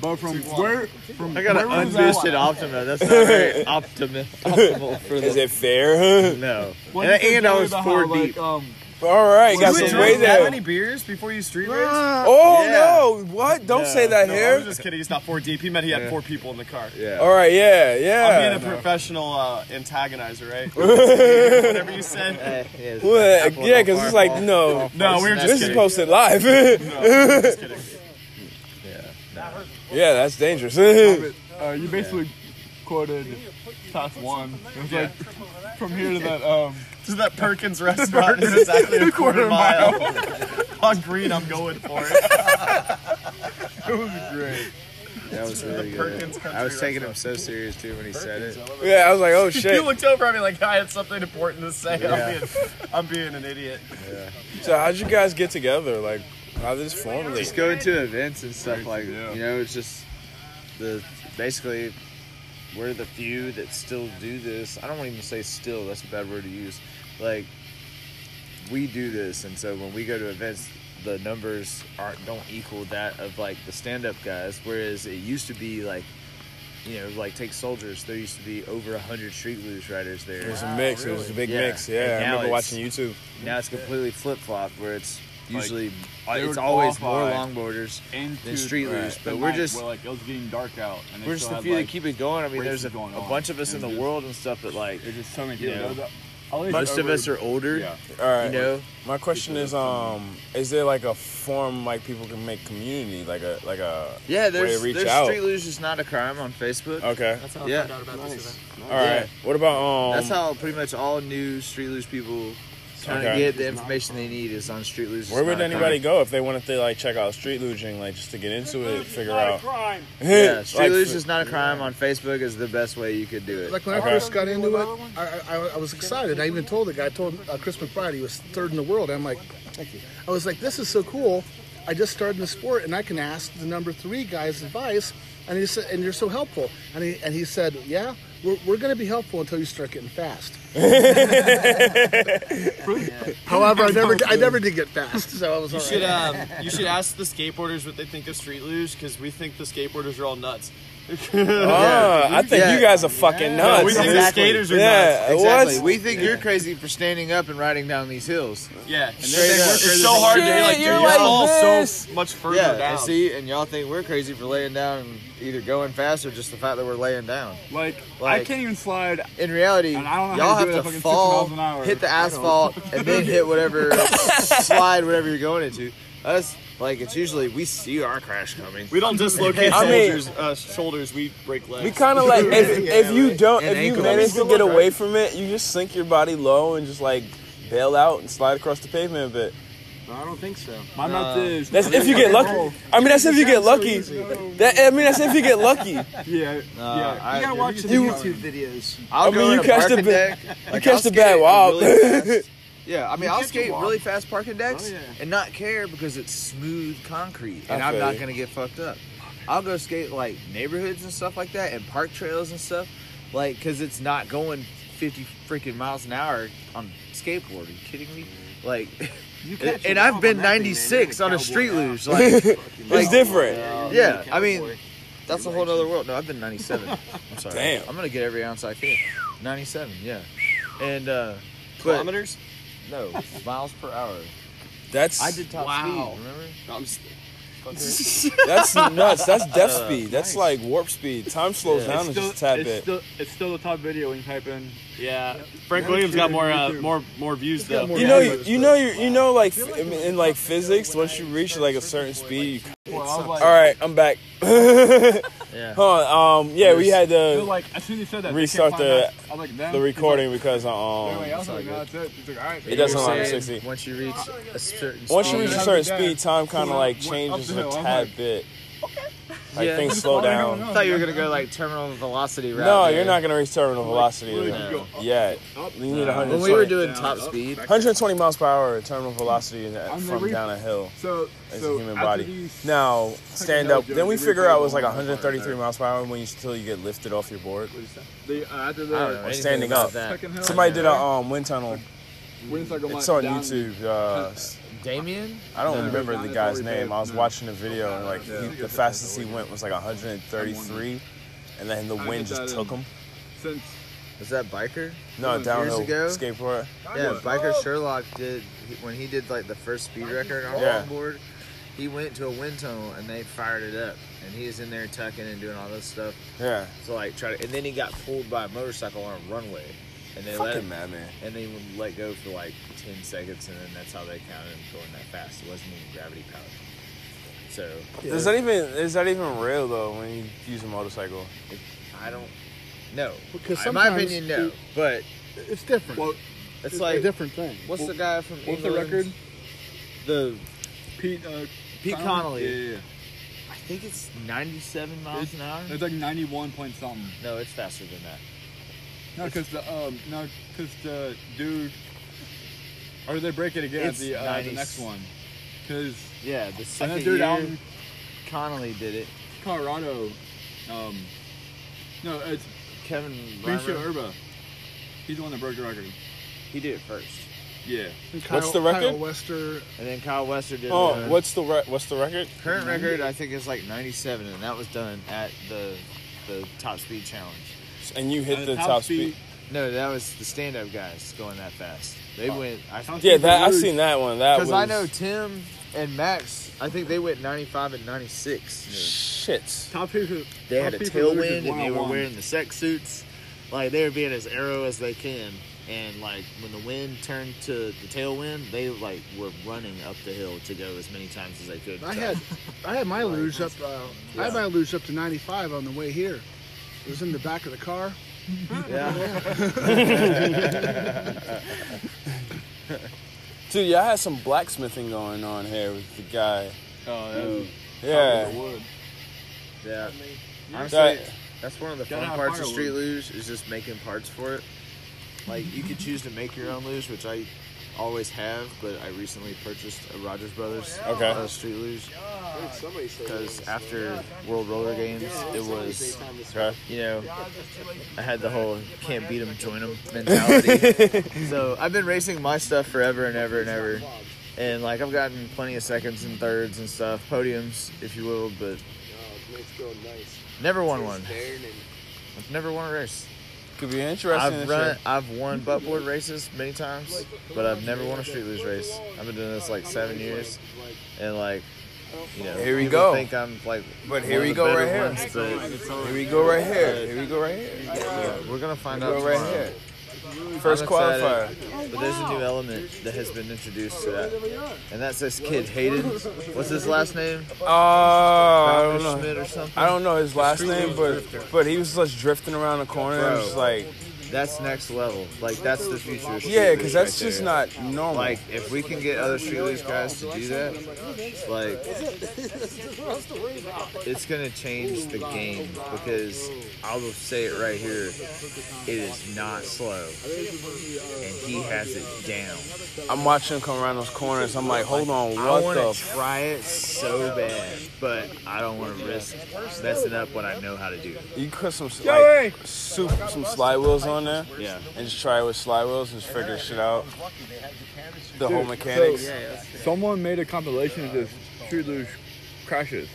But from where? From I got an unboosted Optima. That's not very optimi- optimal for this. Is it fair? No. What and you said and I earlier was about four how, like, deep. um, All right, Well, got you some drink way that there. many beers before you street race? Oh no! What? Don't say that No, I here. was just kidding. He's not four deep. He meant he had four people in the car. Yeah. All right, yeah, yeah. I'm being a No. professional uh, antagonizer, right? Whatever you said. Well, yeah, because it's like no, No, we were just this kidding. is posted live. No, we're just kidding. yeah, that's dangerous. Uh, you basically quoted task one. It was Yeah. like from here to that um to that Perkins restaurant is exactly a quarter mile. On green, I'm going for it. It was great. That was really Perkins good. Country I was taking him so serious too when he said it. Yeah, I was like, oh you shit. looked over at me like I had something important to say. Yeah. I'm, being, I'm being an idiot. So how'd you guys get together? Like, how did this formulate? Just going to events and stuff like that. You know, it's just the basically we're the few that still do this. I don't want to even say still. That's a bad word to use. Like we do this, and so when we go to events, the numbers aren't don't equal that of like the stand-up guys. Whereas it used to be like. You know, like take soldiers. There used to be over hundred street blues riders there. It was a mix. It was a big mix. Yeah, And I now remember it's- watching YouTube. Now it's completely flip flop, where it's Like, usually they it's would always more qualify longboarders into than street the- leaders, the but we're night just where, like it was getting dark out. And they we're just still the had, few like, that keep it going. I mean, races there's a, going a on. bunch of us in the world and stuff that like there's just so many you people. know, Those- Most of us are older. All right. You know, my question is, um, is there like a form like people can make community, like a like a yeah. way There's, to reach there's out? street losers not a crime on Facebook. Okay. That's how I yeah. found out about this All event. right. Alright. What about, um, That's how pretty much all new street loose people trying Okay. to get the information they need is on street losers. Where would Not a anybody Crime. go if they wanted to like check out street luging, like just to get into it, figure out? yeah, street Like, losers not a crime on Facebook is the best way you could do it. Like when I first got into it, I, I, I was excited. I even told the guy, I told uh, Chris McBride, he was third in the world. I'm like, thank you. I was like, this is so cool. I just started in the sport, and I can ask the number three guy's advice. And he said, and you're so helpful. And he and he said, yeah, we're, we're going to be helpful until you start getting fast. However, I never I never did get fast, so I was. You all should um, right. you should ask the skateboarders what they think of street luge because we think the skateboarders are all nuts. oh, Oh, I think you guys are fucking nuts. we think dude. the skaters are yeah, nuts. What? Exactly. We think you're crazy for standing up and riding down these hills. Yeah. And Straight they think up. we're It's crazy so for hard to be standing like, up. dude, You're you're like all so this. much further yeah, down. And see, and y'all think we're crazy for laying down and either going fast or just the fact that we're laying down. Like, I Like, can't even slide. In reality, And I don't know how y'all to have do it to at fucking six fall, miles an hour. hit the I don't. asphalt, and then hit whatever slide, whatever you're going into. Us, like, it's usually we see our crash coming. We don't dislocate I mean- soldiers, uh, shoulders. We break legs. We kind of like if, if you don't And if you ankles. manage to Good get luck, away right? from it, you just sink your body low and just like bail out and slide across the pavement a bit. I don't think so. My mouth is. That's if you get lucky. I mean, that's if you get lucky. That I mean, that's if you get lucky. Yeah, yeah. I- you gotta watch the You- YouTube videos. I'll I mean, go you in catch a the parking ba- deck. you Like, catch I'll the bad skate wild. really fast. yeah, I mean, You I'll catch a skate wall. really fast parking decks Oh, yeah. and not care because it's smooth concrete, I and I'm feel not you. gonna get fucked up. I'll go skate like neighborhoods and stuff like that, and park trails and stuff, like because it's not going 50 freaking miles an hour on skateboard. Are you kidding me? Like. catch a and wall I've on been that thing, man, 96 you're a on a cowboy street now. luge. Like, It's different. Yeah, you're Yeah, a I mean, that's a whole other world. No, I've been 97. I'm sorry. Damn. I'm gonna get every ounce I can. 97, yeah. And uh but- Kilometers? No, miles per hour. That's I did top Wow. speed. Remember? No, I'm just- That's nuts. That's death Uh, speed. That's like warp speed. Time slows It's down and still- just a tad it's bit. Still, it's still the top video when you type in. Yeah, Frank Williams got more uh, more more views though. you know, you, you know, you, you know, like f- I mean, in like physics, once you reach like a certain speed, you. Well, I was All like- right, I'm back. yeah. Yeah. Um. Yeah, we had They're to like as soon as you said that, they restart can't find the us. I'm like, them? the He's like, recording because um. Anyway, I was like, no, that's it. He's like, all right. It doesn't allow You're me saying 60. Once you reach a certain Once speed. you reach a certain speed, time kind of like changes a tad bit. Like Yeah. things slow down. I thought you were gonna go like terminal velocity route. No, there. you're not gonna reach terminal velocity really no. go yet. You need No. 120. When we were doing top speed- 120 miles per hour at terminal velocity in- I'm from really- down a hill. So- as so a human after body. these- Now stand no up. joke, Then we you figure really out it was go like on 133 miles per hour when you until you get lifted off your board The, uh, after or the standing up. Second hill. Somebody did a um, wind tunnel. Wind circle It's might on down- YouTube. Uh, Damien? I don't No, remember down the is guy's already name. bad. I was No. watching the video and like he, the fastest he went was like 133, and then the I wind did that just in- took him. Since Was that biker? No, Years downhill ago? skateboarder. Yeah, biker Sherlock did when he did like the first speed record on Yeah. yeah. board. He went to a wind tunnel and they fired it up, and he was in there tucking and doing all this stuff. Yeah. So like try to, and then he got pulled by a motorcycle on a runway, and they let Fucking him, madman. and they would let go for like ten seconds, and then that's how they counted him going that fast. It wasn't even gravity powered. So Is that even is that even real though when you use a motorcycle? I don't know. Because in my sometimes opinion, no. it- but It's different. it's, it's like a different thing. What's the guy from what's the England? record? The Pete uh, Pete Connelly? Connolly. Yeah, yeah, I think it's 97 yeah. miles It's, an hour. it's like ninety-one point something. No, it's faster than that. No, because the um, no, because the dude, or did they break it again It's at the, uh, 90 the next one? Because Yeah, the and second that dude year, out in Connolly did it. Colorado, um, no, it's Kevin Misha Reimer? Urba. He's the one that broke the record. He did it first. Yeah. And What's the record? Kyle Wester. And then Kyle Wester did Oh, it. what's the re- what's the record? current record? I think is like 97, and that was done at the the top speed challenge. And you hit Uh, the top top speed- speed- No, that was the stand-up guys going that fast. They Oh. went. I Top Yeah, speed that- I've was- seen that one. That I was- know Tim and Max. I think they went 95 and 96. Shit. Top people. They top had a people lose is tailwind and they were 101. wearing the sex suits. Like they were being as arrow as they can. and like when the wind turned to the tailwind, they like were running up the hill to go as many times as they could. I had, I had my luge up. Uh, I had my luge up to 95 on the way here. It was in the back of the car. Dude, yeah, I had some blacksmithing going on here with the guy. Oh, yeah. Chopping the wood. Yeah. Honestly, Honestly, that's one of the Shout fun out parts of firewood. Street Luge is just making parts for it. Like you could choose to make your own luge, which I always have, but I recently purchased a Rogers Brothers Oh, Okay. uh, Street Luge because after World Roller Games, it was you know I had the whole can't beat 'em, join 'em mentality. so I've been racing my stuff forever and ever and ever, and like I've gotten plenty of seconds and thirds and stuff, podiums if you will, but never won one. I've never won a race. Could be interesting I've this run, year. I've won buttboard races many times, but I've never won a street loose race. I've been doing this like seven years, and like, you know, Here we people go. Think I'm like, But one here of we the go better right here. ones, but- Here we go right here. Here we go right here. Yeah, we're gonna find Here we out go right tomorrow. here. First I'm excited, qualifier. But there's a new element that has been introduced to that, and that's this kid Hayden. What's his last name? Oh, I don't Bowker Schmidt or know. something? I don't know his last Street name, Luge but drifter. but he was just drifting around the corner. and it was Bro, just like, that's next level. Like that's the future. of Yeah, street 'cause league that's just there. not normal. Like if we can get other street league guys to do that, like it's gonna change the game because I will say it right here. It is not slow, and he has it down. I'm watching him come around those corners. I'm like, hold on, I what want the? to try it so bad, but I don't want to risk messing up what I know how to do. You put some Joey! like, soup, some slide wheels on there, Yeah. and just try it with slide wheels and just figure shit out. The Dude, whole mechanics. so, someone made a compilation of just Street Luge crashes.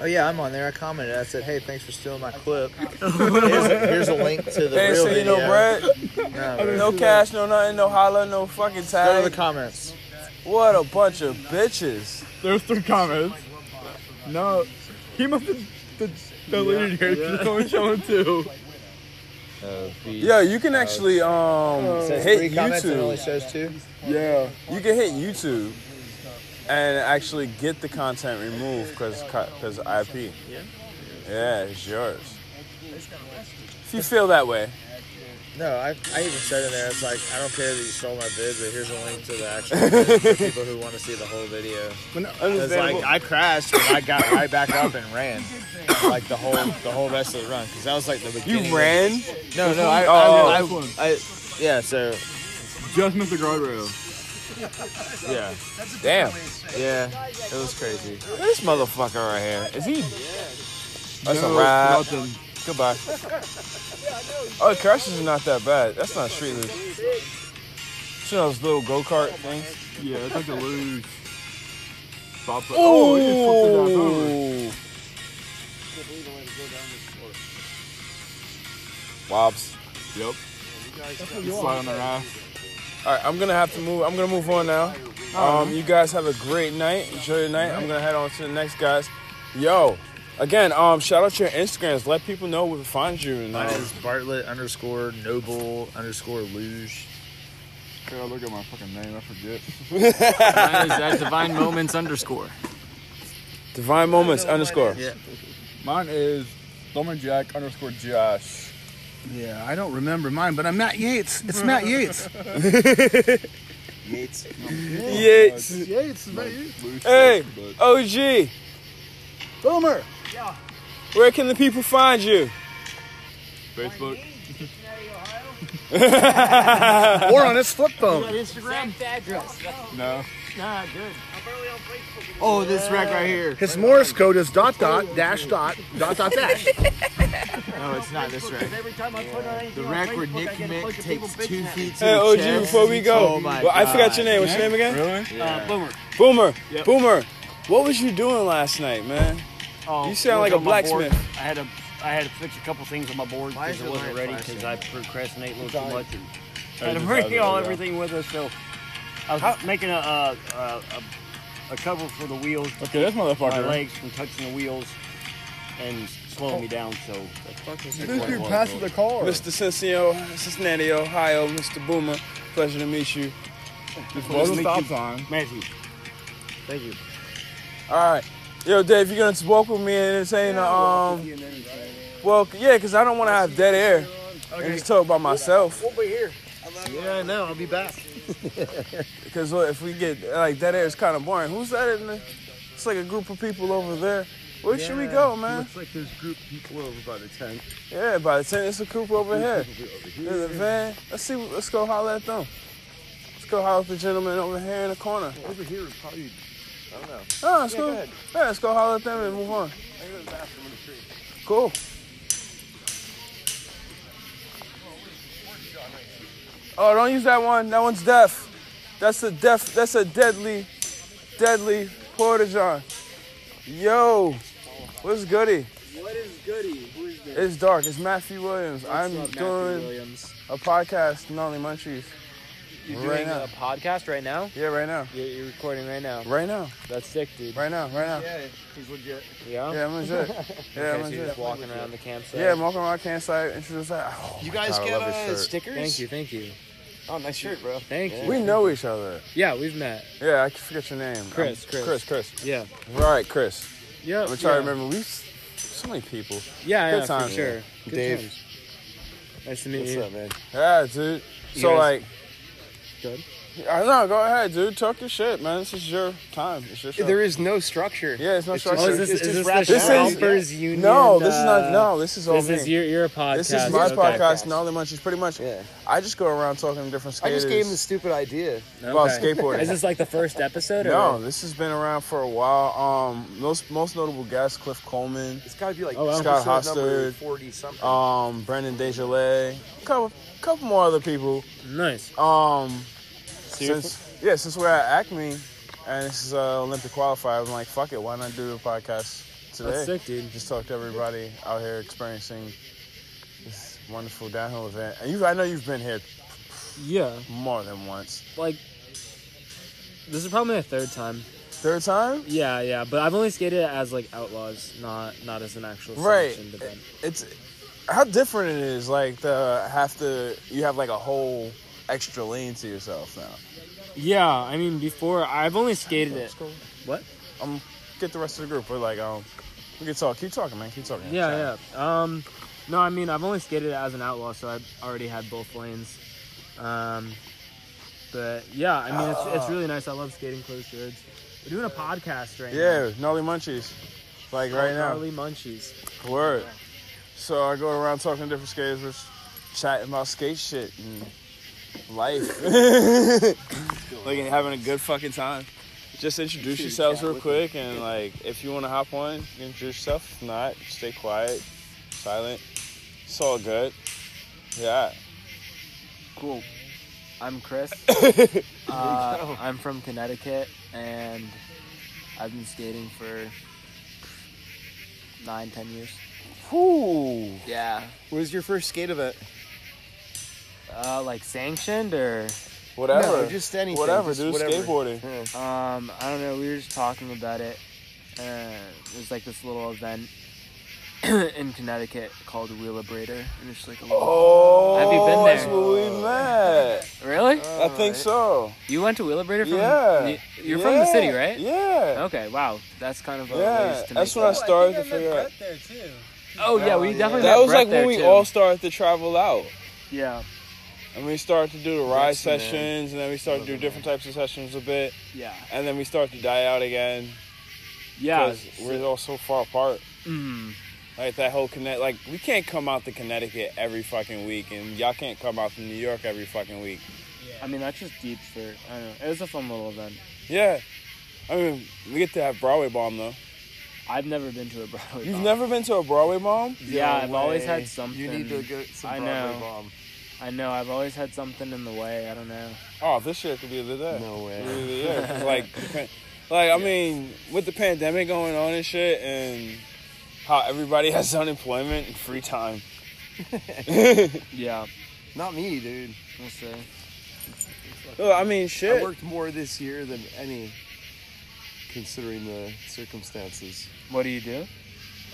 Oh yeah, I'm on there. I commented. I said, "Hey, thanks for stealing my clip." here's, a, here's a link to the They ain't real seen video. no bread, No, bro. no cash, no nothing, no holla, no fucking tag. Go to the comments. What a bunch of bitches. There's three comments. No, he must have d- deleted yours. yeah. Someone showing too. Yeah, you can actually um Oh. It says three hit comments and YouTube. it only shows two. Yeah, you can hit YouTube and actually get the content removed because because IP. Yeah. Yeah, it's yours. If you feel that way, No, I, I even said in there, it's like, I don't care that you stole my vid, but here's a link to the actual vid for people who want to see the whole video. Because Understandable. like I crashed, but I got right back up and ran, like the whole the whole rest of the run, because that was like the beginning. of- ran? No, no, I, Oh. I, I, I, yeah. So Just missed the guardrail. yeah, Damn. yeah, it was crazy. This motherfucker right here is he? That's No, a wrap. nothing. Goodbye. Oh, crashes are not that bad. That's not street loot. See those little go kart things? Yeah, it's like a luge. Bop- Oh, he just flipped it back over. Ooh. Wobs. Yep. Slide on the raft. All right, I'm gonna have to move. I'm gonna move on now. Um, you guys have a great night. Enjoy your night. I'm gonna head on to the next guys. Yo, again, um, shout out your Instagrams. Let people know where to find you. And, Mine um, is Bartlett underscore Noble underscore Luge. Gotta look at my fucking name. I forget. Mine is at Divine Moments underscore. Divine Moments underscore. Yeah. Mine is Lumberjack underscore Josh. Yeah, I don't remember mine, but I'm Matt Yates. It's Matt Yates. Yates. Yates. Yates is Matt Yates. Hey, OG. Boomer. Where can the people find you? Facebook. or on his flip phone. Instagram? address. No. Nah, good. Oh, this wreck right here. His Morse code is dot dot dash dot dot dot dash. No, it's not this wreck. The rack where Nick Mick takes two feet Hey, OG, before we Oh go, well, I forgot your name. What's your name again? Uh, Boomer. Boomer. Yep. Boomer. What was you doing last night, man? Oh, you sound work like a on my board. blacksmith. I had to, I had to fix a couple things on my board Why because is it your wasn't light ready because I procrastinate a little too much and Oh, had to you bring decided all to go. everything with us. So I was making a, uh, uh, a a cover for the wheels. To okay, this motherfucker. My legs from touching the wheels, and slowing me down, so. This Mr. Cincinnati, Cincinnati, Ohio, Mr. Boomer. Pleasure to meet you. Before the stop sign. Matthew. Thank you. All right, yo, Dave, you're gonna walk with me and entertain. um, well, yeah, because I don't want to have dead air and just talk by myself. We'll be here. Yeah, I know. I'll be back. Because if we get like dead air is kind of boring. Who's that in the? It's like a group of people over there. Where should we go, man? Looks like there's group people over by the tent. Yeah, by the tent, it's a coupe over here. here. There's a van. Let's see. Let's go holler at them. Let's go holler at the gentleman over here in the corner. Over here is probably. I don't know. Oh, let's Yeah, go. go ahead. Yeah, let's go holler at them and move on. I can go to the bathroom in the street. Cool. Oh, don't use that one. That one's deaf. That's a deaf. That's a deadly, deadly portageon. Yo, what's goody? What is Goody? Who is It's dark. It's Matthew Williams. I'm up, Matthew doing Williams? a podcast, not only munchies. You're doing a podcast right now? Yeah, right now. You're, you're recording right now. Right now. That's sick, dude. Right now, right now. Yeah, he's legit. Yeah. Yeah, I'm legit. Yeah, okay, I'm so legit. You're just walking around the campsite. Yeah, I'm walking around campsite, introduce that. Oh, You my guys God, I get, love his uh, shirt. stickers? Thank you, thank you. Oh, nice shirt, bro. Thank you. We know each other. Yeah, we've met. Yeah, I forget your name. Chris, Um, Chris. Chris, Chris. Yeah. All right, Chris. Yeah, I'm trying to yeah. remember. We, so many people. Yeah, Good yeah, times. for sure. Good Dave. times. Nice to meet What's you. up, man? Yeah, dude. You So guys- like, Good. I know. Go ahead, dude. Talk your shit, man. This is your time. It's your show. There is no structure. Yeah, it's no It's structure. just- Oh, is this- it's is just this the rationale. Scalpers Union, No, this is not. uh, No, this is all this is me. your- your This is podcast. my Okay. podcast. Not only much. It's pretty much. I just go around talking to different I skaters. just gave him the stupid idea. About skateboarding. Is this like the first episode? No, Or? this has been around for a while. Um, most most notable guests: Cliff Coleman. It's got to be like Scott episode number Hostard, 40-something. um, Brendan Desjardins, couple couple more other people. Nice. Um, Seriously? since yeah, since we're at Acme, and this is uh, Olympic qualifier, I'm like, fuck it, why not do a podcast today? That's sick, dude. Just talk to everybody out here experiencing this wonderful downhill event. And you, I know you've been here Yeah. more than once. Like, this is probably my third time. Third time? Yeah, yeah. But I've only skated it as like outlaws, not not as an actual right sanctioned event. it's how different it is like the have to you have like a whole extra lane to yourself now Yeah, I mean before I've only skated it. What? um get the rest of the group we're like um we can talk keep talking man keep talking Yeah, yeah. Um, no, I mean I've only skated it as an outlaw, so I already had both lanes. Um, but yeah, I mean it's, it's really nice. I love skating closed shirts. We're doing a podcast right now. yeah gnarly munchies like right now Gnarly munchies. word so i go around talking to different skaters just chatting about skate shit and life like having a good fucking time just introduce yourselves real quick and like if you want to hop on introduce yourself if not stay quiet silent it's all good yeah Cool. I'm Chris. go. uh, I'm from Connecticut, and I've been skating for nine, ten years. Ooh. Yeah. What was your first skate event? Uh, like sanctioned or Whatever. No, just anything, Whatever, just dude, whatever. skateboarding. Um, I don't know. We were just talking about it. Uh, there's like this little event in Connecticut called Wheelabrator, and it's like a little. Oh, have you been there? that's where we met. Really? I think so. You went to Wheelabrator from? Yeah. you- You're from the city, Yeah, right? Yeah. Okay. Wow. That's kind of a Yeah, ways to that's make when I that. started to figure out. Oh yeah, we definitely. That met was Brett like there, when we too. all started to travel out. Yeah. And we started to do the ride That's the man. sessions, and then we started to do different types of sessions a bit. Yeah. And then we started to die out again. Yeah. Mm-hmm. 'Cause we're all so far apart. Like that whole connect, like we can't come out to Connecticut every fucking week, and y'all can't come out to New York every fucking week. I mean, that's just deep for. I don't know. It was a fun little event. Yeah, I mean we get to have Broadway bomb though. I've never been to a Broadway. You've bomb. never been to a Broadway bomb? Yeah, I've always had something. I know. Broadway bomb. I know. I've always had something in the way. I don't know. Oh, this year could be the day. No way. Yeah, 'cause, like, the pan- like I mean, with the pandemic going on and shit, and how everybody has unemployment and free time. yeah. Not me, dude. We'll see. Well, I mean, shit. I worked more this year than any, considering the circumstances. What do you do?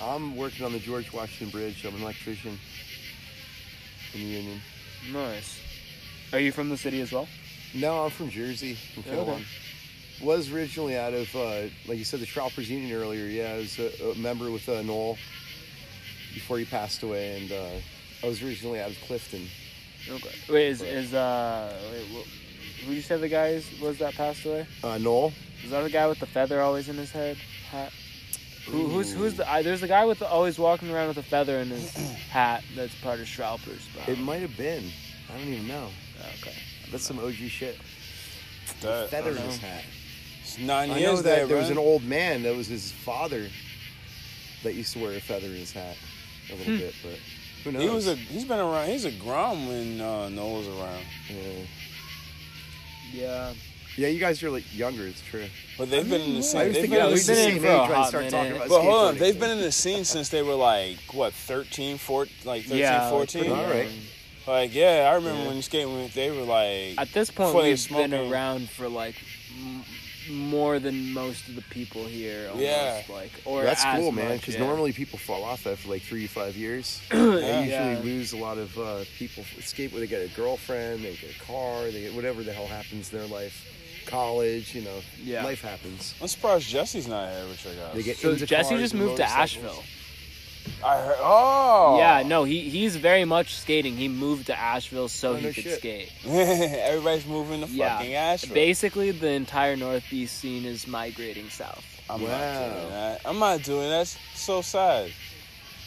I'm working on the George Washington Bridge. I'm an electrician in the Union. Nice. Are you from the city as well? No, I'm from Jersey, from Okay. Philly. Was originally out of, uh, like you said, the Shroppers Union earlier. Yeah, I was a, a member with uh, Noel before he passed away, and uh, I was originally out of Clifton. Okay. Wait, is is uh, wait, wh- who you said the guy is, was that passed away? Uh, Noel? Is that the guy with the feather always in his head? Hat. Who, who's who's the? I, there's a guy with the, always walking around with a feather in his hat. That's part of Schraupers. It might have been. I don't even know. Okay. That's some OG shit. That- feather I in don't his know. hat. It's nine I years know that there, there was bro. an old man that was his father that used to wear a feather in his hat a little Hmm. bit, but who knows? He was a he's been around. He's a grom when uh, Noah was around. Yeah. Yeah. Yeah, you guys are like younger. It's true. But they've been in the same. I was they've thinking been I in the was the same same age for a when I hot started talking about But hold on, skateboarding. they've been in the scene since they were like what 13, 14, like 13, Yeah, like 14? pretty All right. Like yeah, I remember Yeah. when skating when they were like. At this point, before they we've been smoking. around for like m- more than most of the people here. Almost, Yeah. Like or that's as cool, man. much, Because yeah. normally people fall off after like three to five years. Yeah. They usually Yeah. lose a lot of uh, people. Escape where they get a girlfriend, they get a car, they get whatever the hell happens in their life. College, you know, Yeah. life happens. I'm surprised Jesse's not here with you guys. They get So into Jesse cars just and moved to motorcycles. Asheville. I heard. Oh. Yeah, no, he he's very much skating. He moved to Asheville so Oh, he no could shit. skate. Everybody's moving to Yeah, fucking Asheville. basically the entire Northeast scene is migrating south. I'm not doing that. I'm not doing that. That's so sad.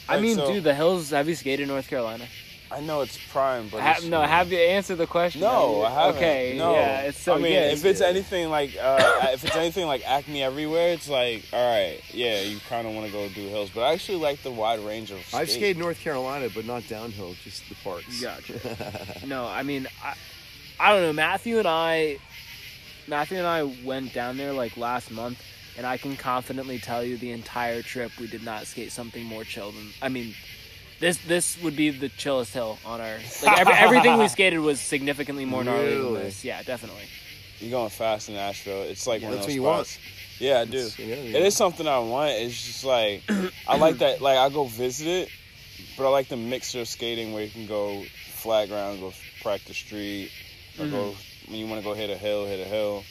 I Like, mean, so- dude, the hills. Have you skated in North Carolina? I know it's prime, but Ha- it's- no, have you answered the question? No, I Have you- haven't. Okay, no. yeah, it's so I mean, good. if it's anything like, uh, if it's anything like Acme everywhere, it's like, all right, yeah, you kind of want to go do hills, but I actually like the wide range of. I've skate. skated North Carolina, but not downhill, just the parks. Gotcha. no, I mean, I, I don't know. Matthew and I, Matthew and I went down there like last month, and I can confidently tell you the entire trip we did not skate something more chill than. I mean, this this would be the chillest hill on our. Like every, everything we skated was significantly more gnarly than Really? this. Yeah, definitely. You're going fast in Asheville. It's like Yeah, one that's of what those you want. spots. Yeah, I do. It's- yeah, It is yeah. something I want. It's just like I like that. Like I go visit it, but I like the mixture of skating where you can go flat ground, go practice street, or go Mm-hmm. when you want to go hit a hill, hit a hill.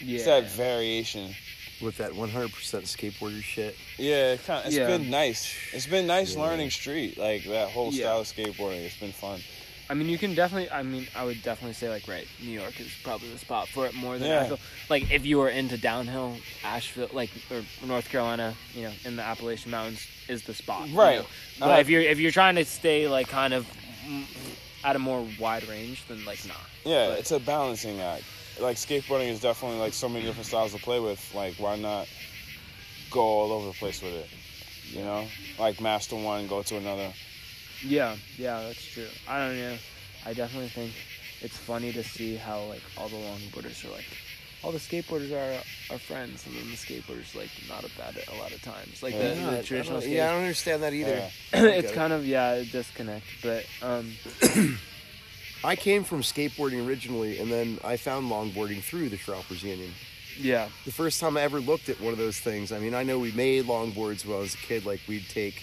It's that variation. With that 100% skateboarder shit. Yeah, it kind of, it's Yeah. been nice. It's been nice Yeah. learning street, like that whole Yeah. style of skateboarding. It's been fun. I mean, you can definitely. I mean, I would definitely say like, right, New York is probably the spot for it more than Yeah. Asheville. Like, if you are into downhill, Asheville, like or North Carolina, you know, in the Appalachian Mountains is the spot, you Right. know. But Uh, if you're if you're trying to stay like kind of mm, at a more wide range, then like nah. Yeah, it's a balancing act. Like skateboarding is definitely like so many different styles to play with. Like why not go all over the place with it? You know, like master one, go to another. Yeah, yeah, that's true. I don't know. I definitely think it's funny to see how like all the longboarders are like all the skateboarders are our friends, and then the skateboarders like not about it a lot of times. Like Yeah, the, I the don't- traditional. yeah, I don't skaters. understand that either. Yeah. I don't it's get it. kind of yeah, a disconnect. But um, I came from skateboarding originally, and then I found longboarding through the Shroppers Union. yeah, The first time I ever looked at one of those things, I mean, I know we made longboards when I was a kid. Like, we'd take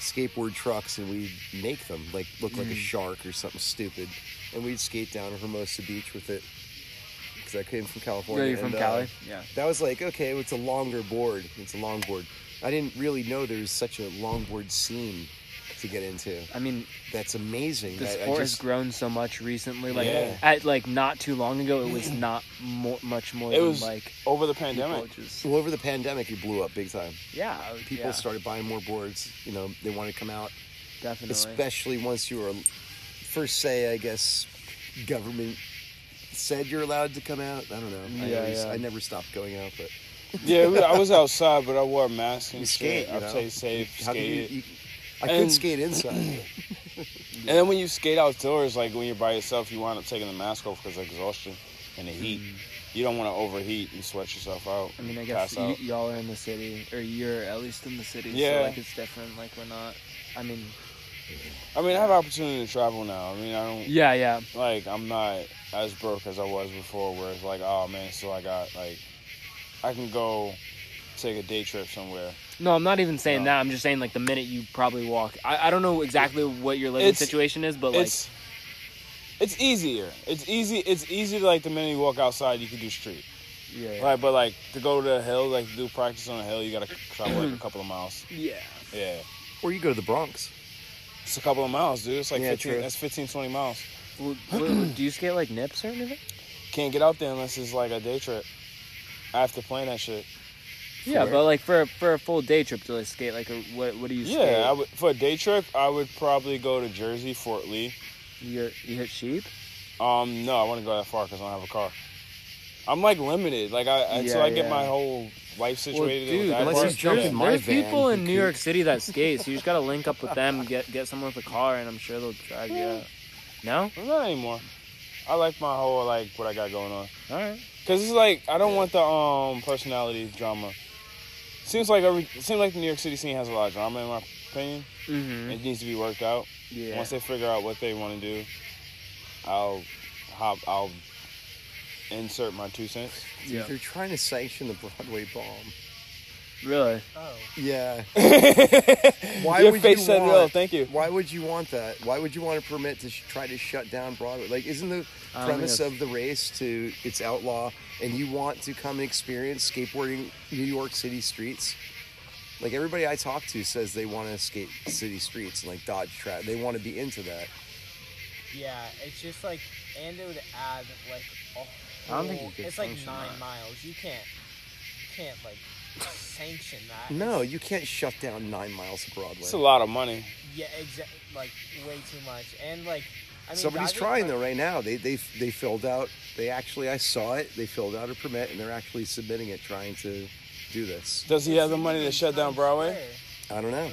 skateboard trucks and we'd make them, like, look like a Mm. shark or something stupid. And we'd skate down to Hermosa Beach with it. Because I came from California. Yeah, you're from and, uh, Cali? Yeah. That was like, okay, it's a longer board. It's a longboard. I didn't really know there was such a longboard scene to get into. I mean, that's amazing. the I- I sport has just- grown so much recently. Like Yeah. at like not too long ago, it was not more, much more It than was like over the pandemic. Well, over the pandemic, it blew up big time. Oh, Yeah, I would- People yeah. started buying more boards. You know, they want to come out. Definitely. Especially once you were first say, I guess, government said you're allowed to come out. I don't know. Yeah, I, always- yeah. I never stopped going out, but Yeah, we- I was outside, but I wore a mask and You shit. skate, you I know? played safe, How do you- skated. you- I couldn't And- skate inside. And then when you skate outdoors, like when you're by yourself, you wind up taking the mask off because of exhaustion and the heat. You don't want to overheat and sweat yourself out. Mm. I mean, I pass guess y- out. y'all are in the city, or you're at least in the city. Yeah. So like it's different. Like we're not. I mean, I mean, I have opportunity to travel now. I mean, I don't. Yeah, yeah. Like, I'm not as broke as I was before, where it's like, oh man, so I got like, I can go take a day trip somewhere No, I'm not even saying that. I'm just saying like the minute you probably walk. I, I don't know exactly what your living It's- situation is, but like it's it's easier. It's easy. It's easy to like the minute you walk outside, you can do street. Yeah. Right, but like to go to the hill, like to do practice on a hill, you gotta travel like a couple of miles. Yeah. Yeah. Or you go to the Bronx. It's a couple of miles, dude. It's like Yeah, 15, true. that's 15, 20 miles. do you skate like nips or anything? Can't get out there unless it's like a day trip. After playing that shit. yeah, For- but like for a, for a full day trip to like skate like a, what what do you skate? Yeah, I would, for a day trip, I would probably go to Jersey, Fort Lee. You you hit sheep? Um, no, I want to go that far because I don't have a car. I'm like limited, like I until Yeah, I get yeah. my whole life Well, situated. dude, in that there's, part. there's people in New York City that skate, so you just gotta link up with them, get get someone with a car, and I'm sure they'll drag you out. No, not anymore. I like my whole like what I got going on. All right. Cause it's like I don't want the um personality drama. Seems like every it seems like the New York City scene has a lot of drama in my opinion. Mhm. It needs to be worked out. Yeah. Once they figure out what they want to do, I'll hop. I'll insert my two cents. Yeah. They're trying to sanction the Broadway bomb. Really? Yeah. Your face said it all, thank you. Why would you want that? Why would you want to permit to sh- try to shut down Broadway? Like, isn't the I don't premise know. of the race to it's outlaw, and you want to come and experience skateboarding New York City streets? Like everybody I talk to says they want to skate city streets and like dodge traffic. They want to be into that. Yeah, it's just like, and it would add like a whole. I don't think you could it's like function nine that. miles. You can't, you can't like sanction that. No, you can't shut down nine miles of Broadway. It's a lot of money. Yeah, exactly. Like way too much, and like, I mean, Somebody's dodging- trying though right now. They they they filled out. They actually, I saw it. They filled out a permit and they're actually submitting it, trying to do this. Does he have the money to shut down Broadway? I don't know.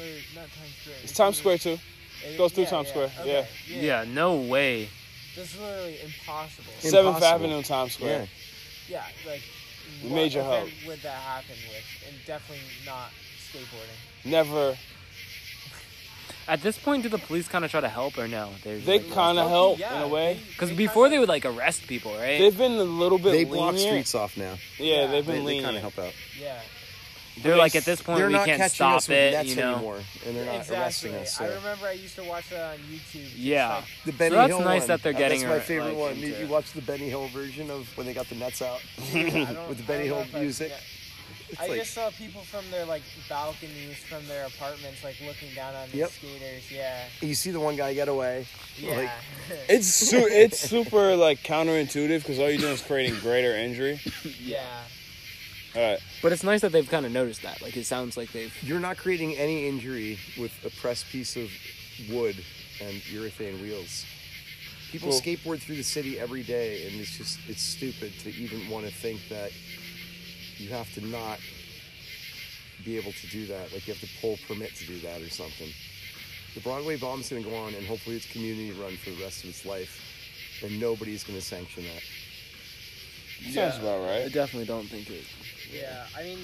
It's Times Square too. It- Goes through yeah, Times yeah, Square. okay, yeah. Yeah, no way. This is literally impossible. Seventh Avenue, Times Square. Yeah, like The what major event hub. Would that happen with? And definitely not skateboarding. Never. At this point, do the police kind of try to help or no? They're They kinda help, in a Yeah, way. Because before they would like arrest people, right? They've been a little bit. They block lenient. streets off now. Yeah, they've They- been they, kind lenient. of help out. Yeah. They're like at this point They're we not can't catching stop us with it, nets you know. anymore, and they're not exactly. arresting us. I so. remember I used to watch that on YouTube. just, Yeah. like, The Benny so that's Hill nice one. that they're Uh, getting. That's my her, favorite like, one. You, into- you watch the Benny Hill version of when they got the nets out I don't- with the I Benny don't know Hill if I- music. yeah. It's I like- just saw people from their like balconies from their apartments, like looking down on Yep. the skaters. Yeah. You see the one guy get away. Yeah. Like, It's su- it's super like counterintuitive because all you're doing is creating greater injury. Yeah. All right. But it's nice that they've kind of noticed that. Like it sounds like they've. You're not creating any injury with a pressed piece of wood and urethane wheels. People Well- skateboard through the city every day, and it's just it's stupid to even want to think that you have to not be able to do that. Like you have to pull permit to do that or something. The Broadway bomb's going to go on, and hopefully it's community run for the rest of its life, and nobody's going to sanction that. Sounds about right. I definitely don't think it. Yeah. I mean,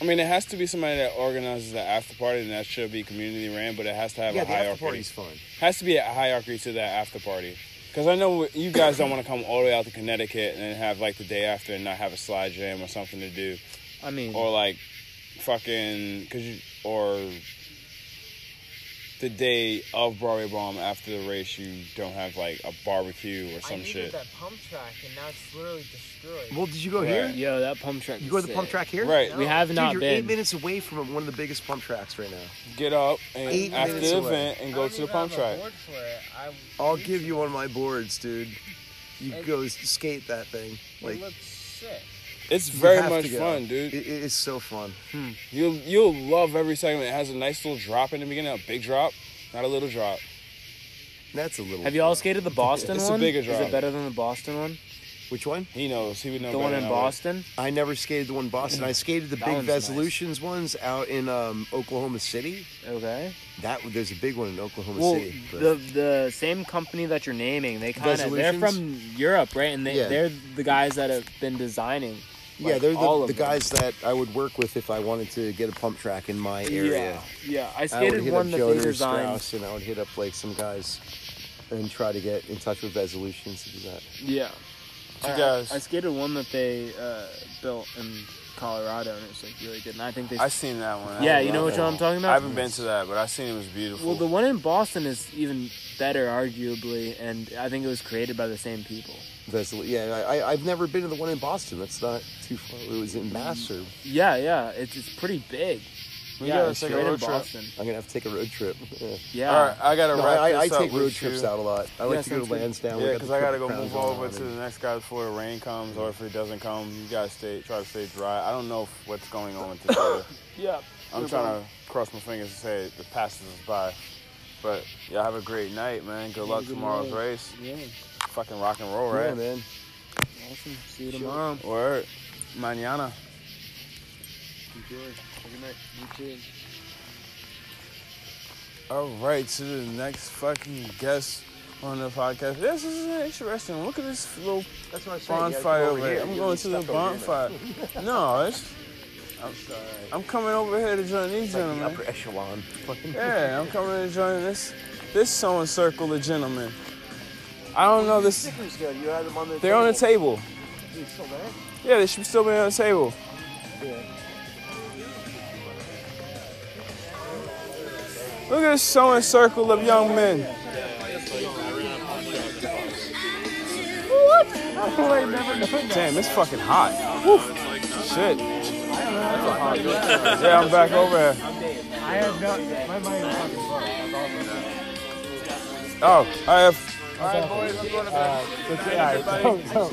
I mean, it has to be somebody that organizes the after party, and that should be community ran. But it has to have Yeah, a the after hierarchy. party's fun. Has to be a hierarchy to that after party. Because I know you guys don't want to come all the way out to Connecticut and then have like the day after and not have a slide jam or something to do. I mean, or like fucking cause you or the day of Broadway Bomb after the race, you don't have like a barbecue or I some needed shit. that pump track, and now it's literally destroyed. Well, did you go Right. here? Yo, that pump track. You is go to the sick. pump track here? Right. We have Dude, not you're been. eight minutes away from one of the biggest pump tracks right now. Get up and Eight after minutes the away. event and go to the pump track. I'll give you one of my boards, dude. You It- go s- skate that thing. Like it looks sick. It's you very have to much go. fun, dude. It, it is so fun. Hmm. You'll you'll love every segment. It has a nice little drop in the beginning, a big drop, not a little drop. That's a little. Have you all skated the Boston It's one? a bigger drop. Is it better than the Boston one? Which one? He knows. He would know. The one better in than I would. Boston. I never skated the one in Boston. I skated the That big one's nice. Resolutions ones out in um, Oklahoma City. Okay. That there's a big one in Oklahoma Well, City. but- the the same company that you're naming, they kind of they're from Resolutions? Europe, right? And they Yeah. they're the guys that have been designing. yeah, like, they're all the, of the them. guys that I would work with if I wanted to get a pump track in my area. Yeah, yeah. I would skated hit one up that Jody they designed. Strauss, and I would hit up like some guys and try to get in touch with Resolutions to do that. Yeah. You I- I- guys- I, skated one that they uh, built and Colorado, and it's like really good. And I think they. I seen that one. Yeah, I you know love which that one I'm talking about. I haven't been to that, but I seen it was beautiful. Well, the one in Boston is even better, arguably, and I think it was created by the same people. That's yeah. I, I I've never been to the one in Boston. That's not too far. It was in Mass or Yeah, yeah, it's it's pretty big. We yeah, gotta it's take a right in road trip. Boston. I'm gonna have to take a road trip. Yeah. Yeah. All right, I gotta No, wrap I, this I up take road with trips you. out a lot. I like Yeah, to go sounds to good. Lansdowne. Yeah, because I gotta go move over to the. the next guy before the rain comes, or if it doesn't come, you guys stay try to stay dry. I don't know if- what's going on with this weather. Yeah. I'm trying to cross my fingers and say the passes us by. But y'all have a great night, man. Good luck tomorrow's race. Yeah. Fucking rock and roll, right? Yeah, man. Awesome. See you tomorrow. Word. Mañana. Enjoy. Have a good night. All right, to the next fucking guest on the podcast. This is interesting. Look at this little That's what I said, you gotta come bonfire over over here. here. I'm You're going just to the stuck over bonfire. no, it's. I'm sorry. I'm coming over here to join these gentlemen. upper echelon. yeah, I'm coming to join this this sewing circle of gentlemen. I don't know this. Stickers good. You had them on the. They're on the table. Dude, still there? Yeah, they should still be on the table. Look at this sewing circle of young men. What? Damn, it's fucking hot. Woo. Shit. Yeah, I'm back over here. I have not. My mind is fucking fucked. Oh, I have. All right, boys, I'm going to bed.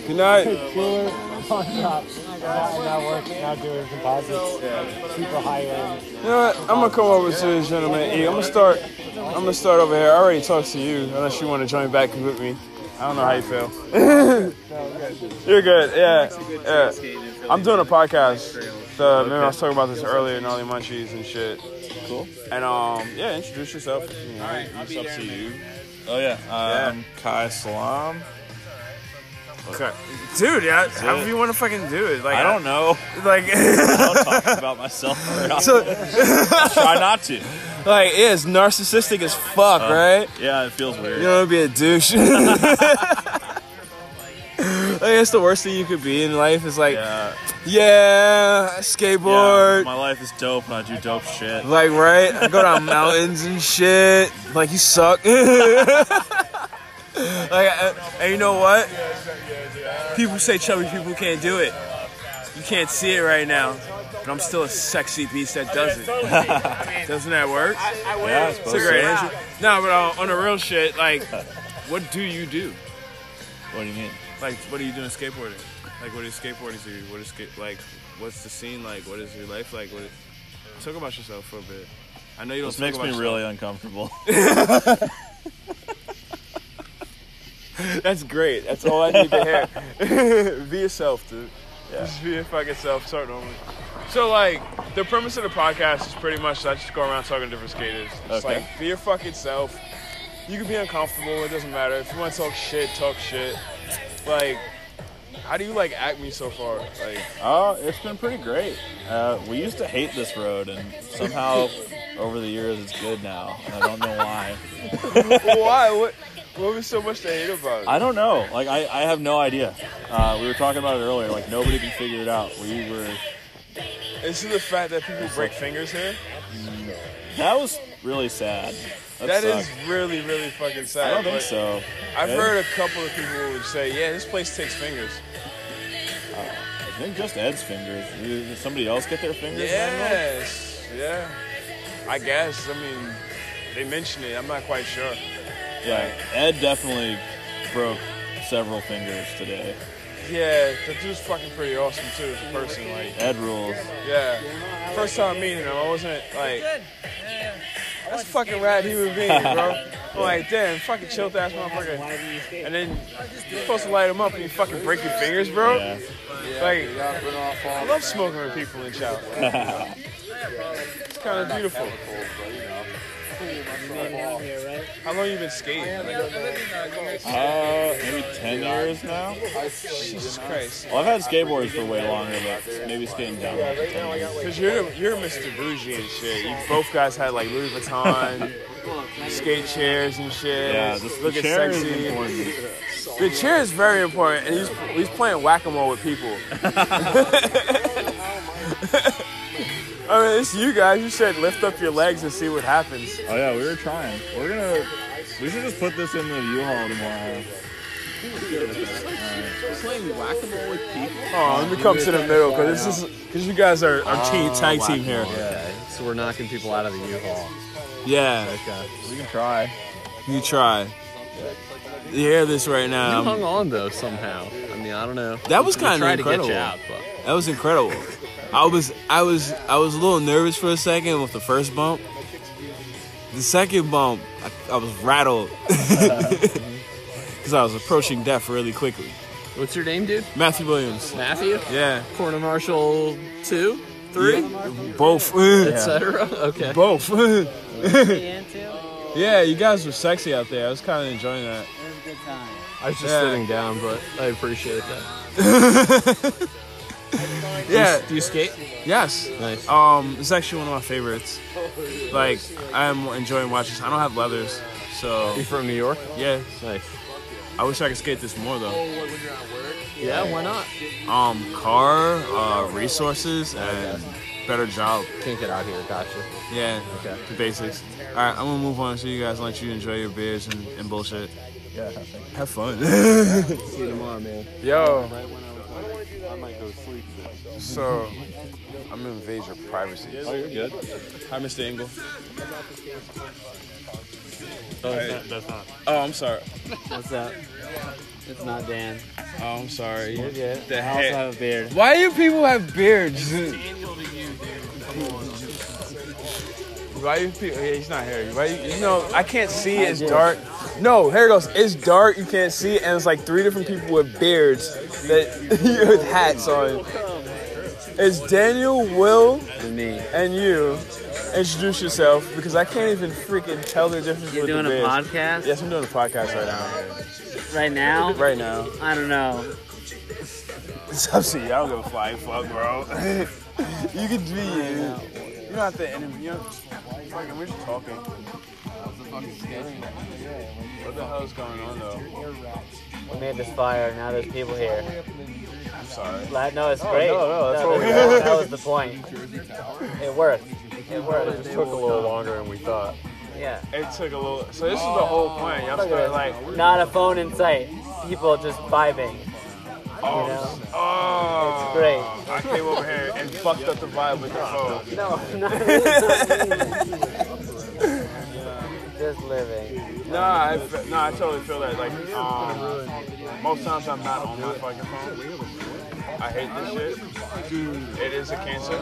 Good night. Cooler on top. Not, not working, not doing composites. Super high end. You know what? I'm gonna come over to this gentleman. E. I'm gonna start. I'm gonna start over here. I already talked to you, unless you want to join back with me. I don't know how you feel. You're good. Yeah. yeah. I'm doing a podcast. So remember I was talking about this earlier, Gnarly Munchies and shit. Cool. And um, yeah, introduce yourself. You know, it's up to you. Oh yeah, um, Kai Salam. Okay. Dude, yeah, That's however it. you want to fucking do it. Like I don't know. Like I'll talk about myself. So- I'll try not to. Like, yeah, it's narcissistic as fuck, Uh, right? Yeah, it feels weird. You don't want to be a douche. like, Uh, it's the worst thing you could be in life. Is like, yeah, skateboard. Yeah, my life is dope and I do dope shit. Like, right? I go down mountains and shit. Like, you suck. like, uh, and you know what? People say chubby people can't do it. You can't see it right now, but I'm still a sexy beast that does it. Doesn't that work? Yeah, I it's a suppose great so. answer. No, but uh, on the real shit, like, what do you do? What do you mean? Like, what are you doing skateboarding? Like, what is skateboarding to you? What is skate? Like, what's the scene like? What is your life like? What? Talk about yourself for a bit. I know you don't. This talk makes about me yourself. really uncomfortable. That's great. That's all I need to hear. be yourself, dude. Just be your fucking self. Start normal. So like, the premise of the podcast is pretty much I just go around talking to different skaters. It's Okay. like be your fucking self. You can be uncomfortable. It doesn't matter. If you want to talk shit, talk shit. Like, how do you like act me so far? Like, Oh, it's been pretty great. Uh, we used to hate this road, and somehow over the years it's good now. And I don't know why. why? What? What was so much to hate about? it? I don't know. Like I, I have no idea. Uh, we were talking about it earlier. Like nobody can figure it out. We were. Is it the fact that people break fingers here? That was really sad. That, That is sucked. really, really fucking sad. I don't think but so. I've Yeah. heard a couple of people who would say, "Yeah, this place takes fingers." Uh, I think just Ed's fingers. Did somebody else get their fingers? mangled? Yes, yeah. I guess. I mean, they mention it. I'm not quite sure. Yeah. Ed definitely broke several fingers today. Yeah, the dude's fucking pretty awesome too as a person. Like, Ed rules. yeah. First time meeting him, I wasn't like, that's a fucking rad human being, bro. I'm like, damn, fucking chilled ass motherfucker. And then you're supposed to light him up and you fucking break your fingers, bro. Yeah. Like, I love smoking with people and shit. it's kind of beautiful. How long you been skating? Uh, maybe 10 years now? Jesus Christ. Well, I've had skateboards for way longer, but maybe skating down. Cause you're you're Mr. Bougie and shit. You both guys had like Louis Vuitton skate chairs and shit. Yeah, the- the Looking chair is sexy. important. The chair is very important, and he's he's playing whack a mole with people. I mean, it's you guys. You said lift up your legs and see what happens. Oh yeah, we were trying. We're gonna. We should just put this in the U-Haul tomorrow. Playing whack-a-mole with people. Oh, let me come to the middle because this is because you guys are our team Oh, tag wow. team here. Okay. So we're knocking people out of the U-Haul. Yeah. We can try. You try. You hear this right you hung now. on though somehow. I mean, I don't know. That was We kind of tried incredible. To get you out, but. That was incredible. I was I was I was a little nervous for a second with the first bump. The second bump, I, I was rattled because I was approaching death really quickly. What's your name, dude? Matthew Williams. Matthew? Yeah. Corner Marshall two, three, Both. etc. Okay. Both. yeah, yeah, you guys were sexy out there. I was kind of enjoying that. I was just Yeah. sitting down, but I appreciate that. Yeah. Do you, do you skate? Yes. Nice. Um, it's actually one of my favorites. Like, I'm enjoying watching. this. I don't have leathers, so. You from New York? Yeah. Nice. I wish I could skate this more though. Yeah, why not? Um, car, uh, resources, and better job. Can't get out here. Gotcha. Yeah. Okay. The basics. All right, I'm gonna move on. So you guys let you enjoy your beers and, and bullshit. Yeah. Have fun. See you tomorrow, man. Yo. I might go sleep. So, I'm gonna invade your privacy. Oh, you're good. Hi, Mr. Engel. Oh, that's not- that's not. Oh, I'm sorry. What's up? It's not Dan. Oh, I'm sorry. You're good. The I also heck? have a beard. Why do people have beards? Why you people? Yeah, he's not hairy. Why you, you know? I can't see. It's dark. No, here it goes. It's dark. You can't see, it, and it's like three different people with beards that with hats on. It's Daniel, Will, and me, and you. Introduce yourself because I can't even freaking tell the difference. You're with doing a the beards. podcast? Yes, I'm doing a podcast right now. Right now? Right now. I don't know. It's up to you. I don't give a flying fuck, bro. you can be you. You don't have to interview. You know, fucking, we're just talking. What the hell is going on though? We made this fire. Now there's people here. I'm sorry. Like, No, it's Oh, great. no, no, that's what we- that, that was the point. It worked. It worked. It took a little longer than we thought. Yeah. It took a little. So this is the whole point. Y'all started like. Not a phone in sight. People just vibing. Oh, oh. It's great. I came over here and fucked up the vibe with the phone. No, Just living. Nah, I, fe- nah, I totally feel that. Like, um, most times I'm not on my fucking phone. I hate this shit. It is a cancer.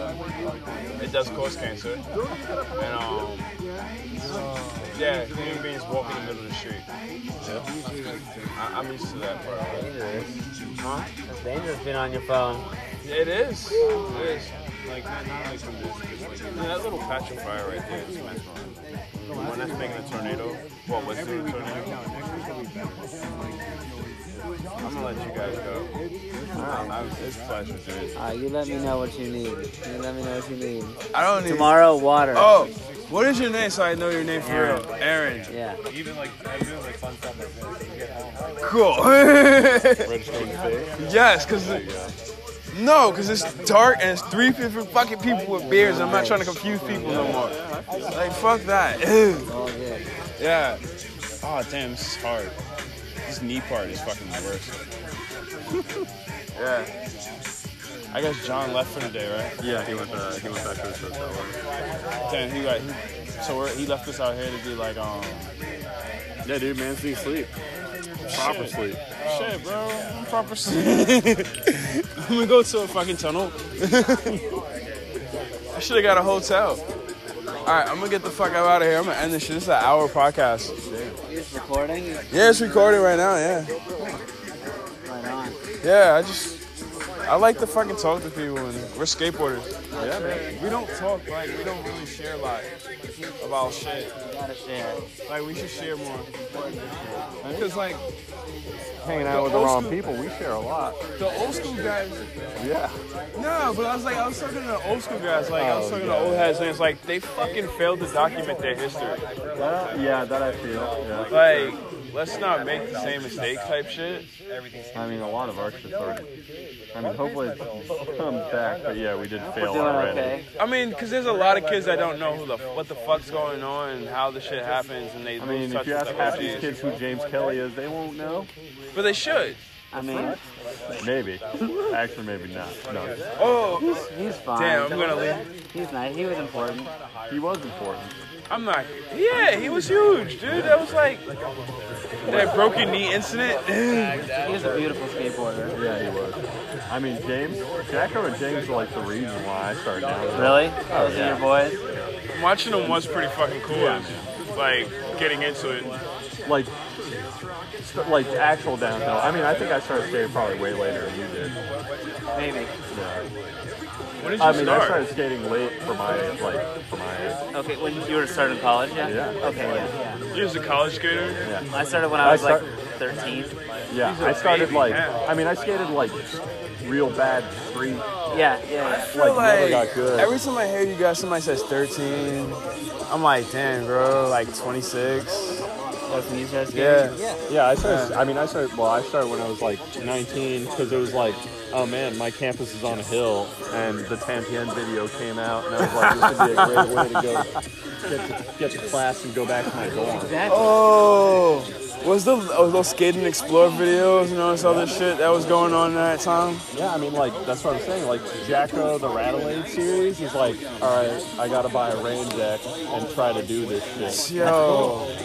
It does cause cancer. And, um, yeah, human beings walking in the middle of the street. I, I'm used to that, bro. Huh? It's dangerous being on your phone. It is. It is. Like, not not like from this, just like, that little patch of fire right there is meant for The one that's making a tornado. What was doing a tornado? I'm gonna let you guys go. Um, I was, it's a pleasure, dude. Uh, you let me know what you need. You let me know what you need. I don't need- Tomorrow, water. Oh, what is your name so I know your name for Aaron. real? Aaron. Yeah. Even like, like fun stuff like this. Cool. yes, because. No, because it's dark and it's three different fucking people with beards. I'm not trying to confuse people no more. Like, fuck that. Oh, yeah. Oh, damn, this is hard. This knee part is fucking the worst. yeah. I guess John left for the day, right? Yeah, he went, uh, he went back to his hotel. Damn, he like, he- so we're, he left us out here to be like, um. Yeah, dude, man's need sleep. Proper Shit. sleep. Shit, bro, I'm proper sleep. I'm gonna go to a fucking tunnel. I should have got a hotel. All right, I'm gonna get the fuck out of here. I'm gonna end this shit. This is an hour podcast. It's recording. Yeah, it's recording right now. Yeah. Right on. Yeah, I just I like to fucking talk to people, and we're skateboarders. Yeah, man. We don't talk like we don't really share a lot about shit. Gotta share. Like we should share more. Cause like Hanging out with the old wrong school- people, we share a lot. The old school guys. Yeah. No, but I was like, I was talking to the old school guys. Like I was Oh, talking yeah. to old heads, and it's like they fucking failed to document their history. Yeah, that I feel. Yeah. Like Let's not make the same mistake type shit. I mean, a lot of arcs have already. I mean, hopefully it comes back, but yeah, we did fail doing already. okay. I mean, because there's a lot of kids that don't know who the what the fuck's going on and how the shit happens, and they I lose mean, touch if you with ask the half these OGs. kids who James Kelly is, they won't know. But they should. I mean, maybe. Actually, maybe not. No. Oh, He's, he's fine. Damn, I'm gonna leave. He's nice. He was important. He was important. I'm not. Yeah, he was huge, dude. That was like that broken knee incident. He was a beautiful skateboarder. Yeah, he was. I mean, James, Jacko and James were like the reason why I started down. Really? Oh, Those are yeah. your boys? Watching him was pretty fucking cool. Yeah. Like getting into it. Like, st- like actual downhill. I mean, I think I started skating probably way later than you did. Maybe. Yeah. When did I you mean, I start? started skating late for my like for my age. Okay, when you were starting college, yeah? Yeah. Okay, yeah. He was a college skater. Yeah. I started when I was start- like 13. Yeah, He's a I started baby. like. I mean, I skated like real bad street. Yeah, yeah. Like, never got good. Every time I hear you guys, somebody says 13. I'm like, damn, bro, like 26. That's when you guys Yeah. Yeah, I started. I mean, I started. Well, I started when I was like 19 because it was like, oh man, my campus is on a hill, and the Tampien video came out, and I was like, this would be a great way to go get to, get to class and go back to my dorm. Oh, was the was those skate and explore videos and all this other shit that was going on at that time? Yeah, I mean, like that's what I'm saying. Like Jacko, the Rattleade series is like, all right, I gotta buy a rain deck and try to do this shit. Yo.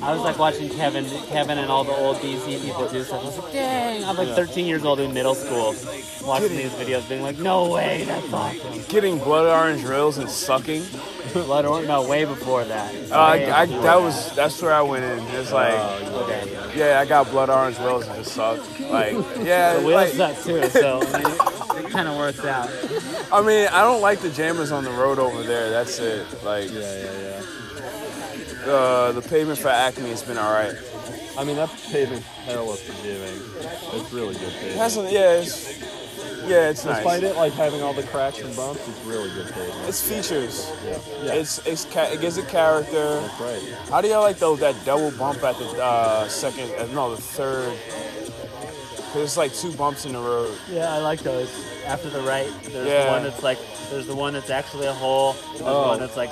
I was like watching Kevin, Kevin and all the old DC people do stuff. I was like, dang, I'm like Yeah. 13 years old in middle school, watching these videos, being like, no way, that's awesome. Getting blood orange rails and sucking. blood orange? No, way before that. Oh, Uh, I, I, that was that's where I went in. It's like, yeah, I got blood orange rails and just sucked. Like, yeah, the wheels like, suck too, so I mean, it kind of works out. I mean, I don't like the jammers on the road over there. That's it. Like, yeah, yeah, yeah. Uh, the pavement for Acme has been all right. I mean, that pavement hell is forgiving. It's really good pavement. It hasn't. Yeah, it's, yeah, it's nice. Despite it like having all the cracks and bumps, it's really good pavement. It's features. Yeah. It's it's ca- it gives it character. That's right. How do y'all like those that double bump at the uh, second? Uh, no, the third. Cause it's like two bumps in the road. Yeah, I like those. After the right, there's Yeah. the one that's like, there's the one that's actually a hole. There's Oh. the one that's like.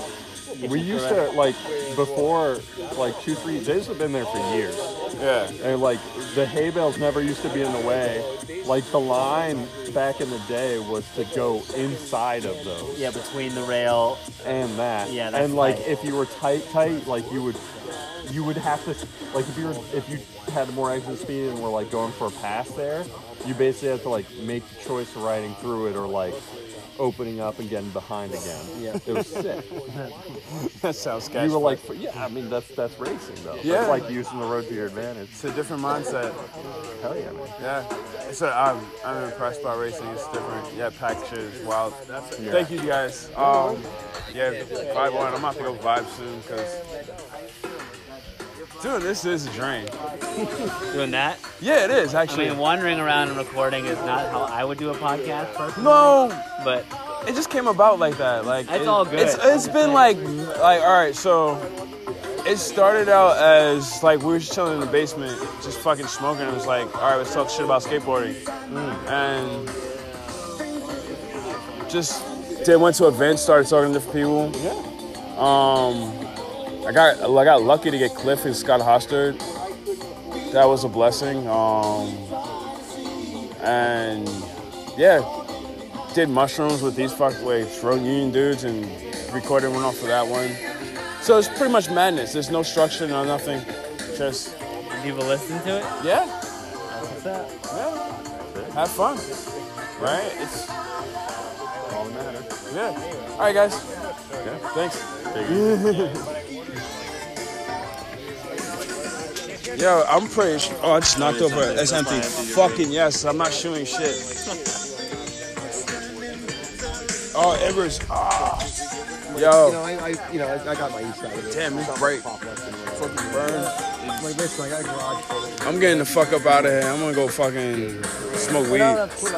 We used to like before like two three days have been there for years. Yeah. And like the hay bales never used to be in the way. Like the line back in the day was to go inside of those. Yeah, between the rail and that. Yeah, that's and like tight. if you were tight tight, like you would you would have to like if you were if you had more exit speed and were like going for a pass there, you basically have to like make the choice of riding through it or like opening up and getting behind again. Yeah. It was sick. that sounds sketchy. You were like, f- yeah, I mean, that's that's racing though. Yeah. That's like using the road to your advantage. It's a different mindset. Hell yeah, man. Yeah. So I'm I'm impressed by racing. It's different. Yeah, pack shit is wild. Yeah. Thank you guys. Um, yeah, vibe one. I'm about to go vibe soon because. Dude, this is a drain. Doing that? Yeah, it is actually. I mean, wandering around and recording is not how I would do a podcast. Personally. No, but it just came about like that. Like It's it- all good. It's, it's been like like all right. So it started out as like we were just chilling in the basement, just fucking smoking. It was like all right, let's talk shit about skateboarding, Mm. and just then went to events, started talking to different people. Yeah. Um, I got I got lucky to get Cliff and Scott Hostard. That was a blessing. Um, and yeah, did mushrooms with these fuck waves, road union dudes, and recorded one off of that one. So it's pretty much madness. There's no structure, no nothing. Just people listen to it. Yeah. Yeah. Have fun. Right? It's all that matters. Yeah. All right, guys. Thanks. Yo, I'm pretty sure. Oh, I just knocked over. It's empty. Fucking yes. I'm not shooting shit. Oh, Evers. Ah. You know, Yo. I, I, you know, I, I got my east side of it. Damn, it's Something bright. popped up and- Fucking burn. Like this, like I garage. I'm getting the fuck up out of here. I'm gonna go fucking smoke weed.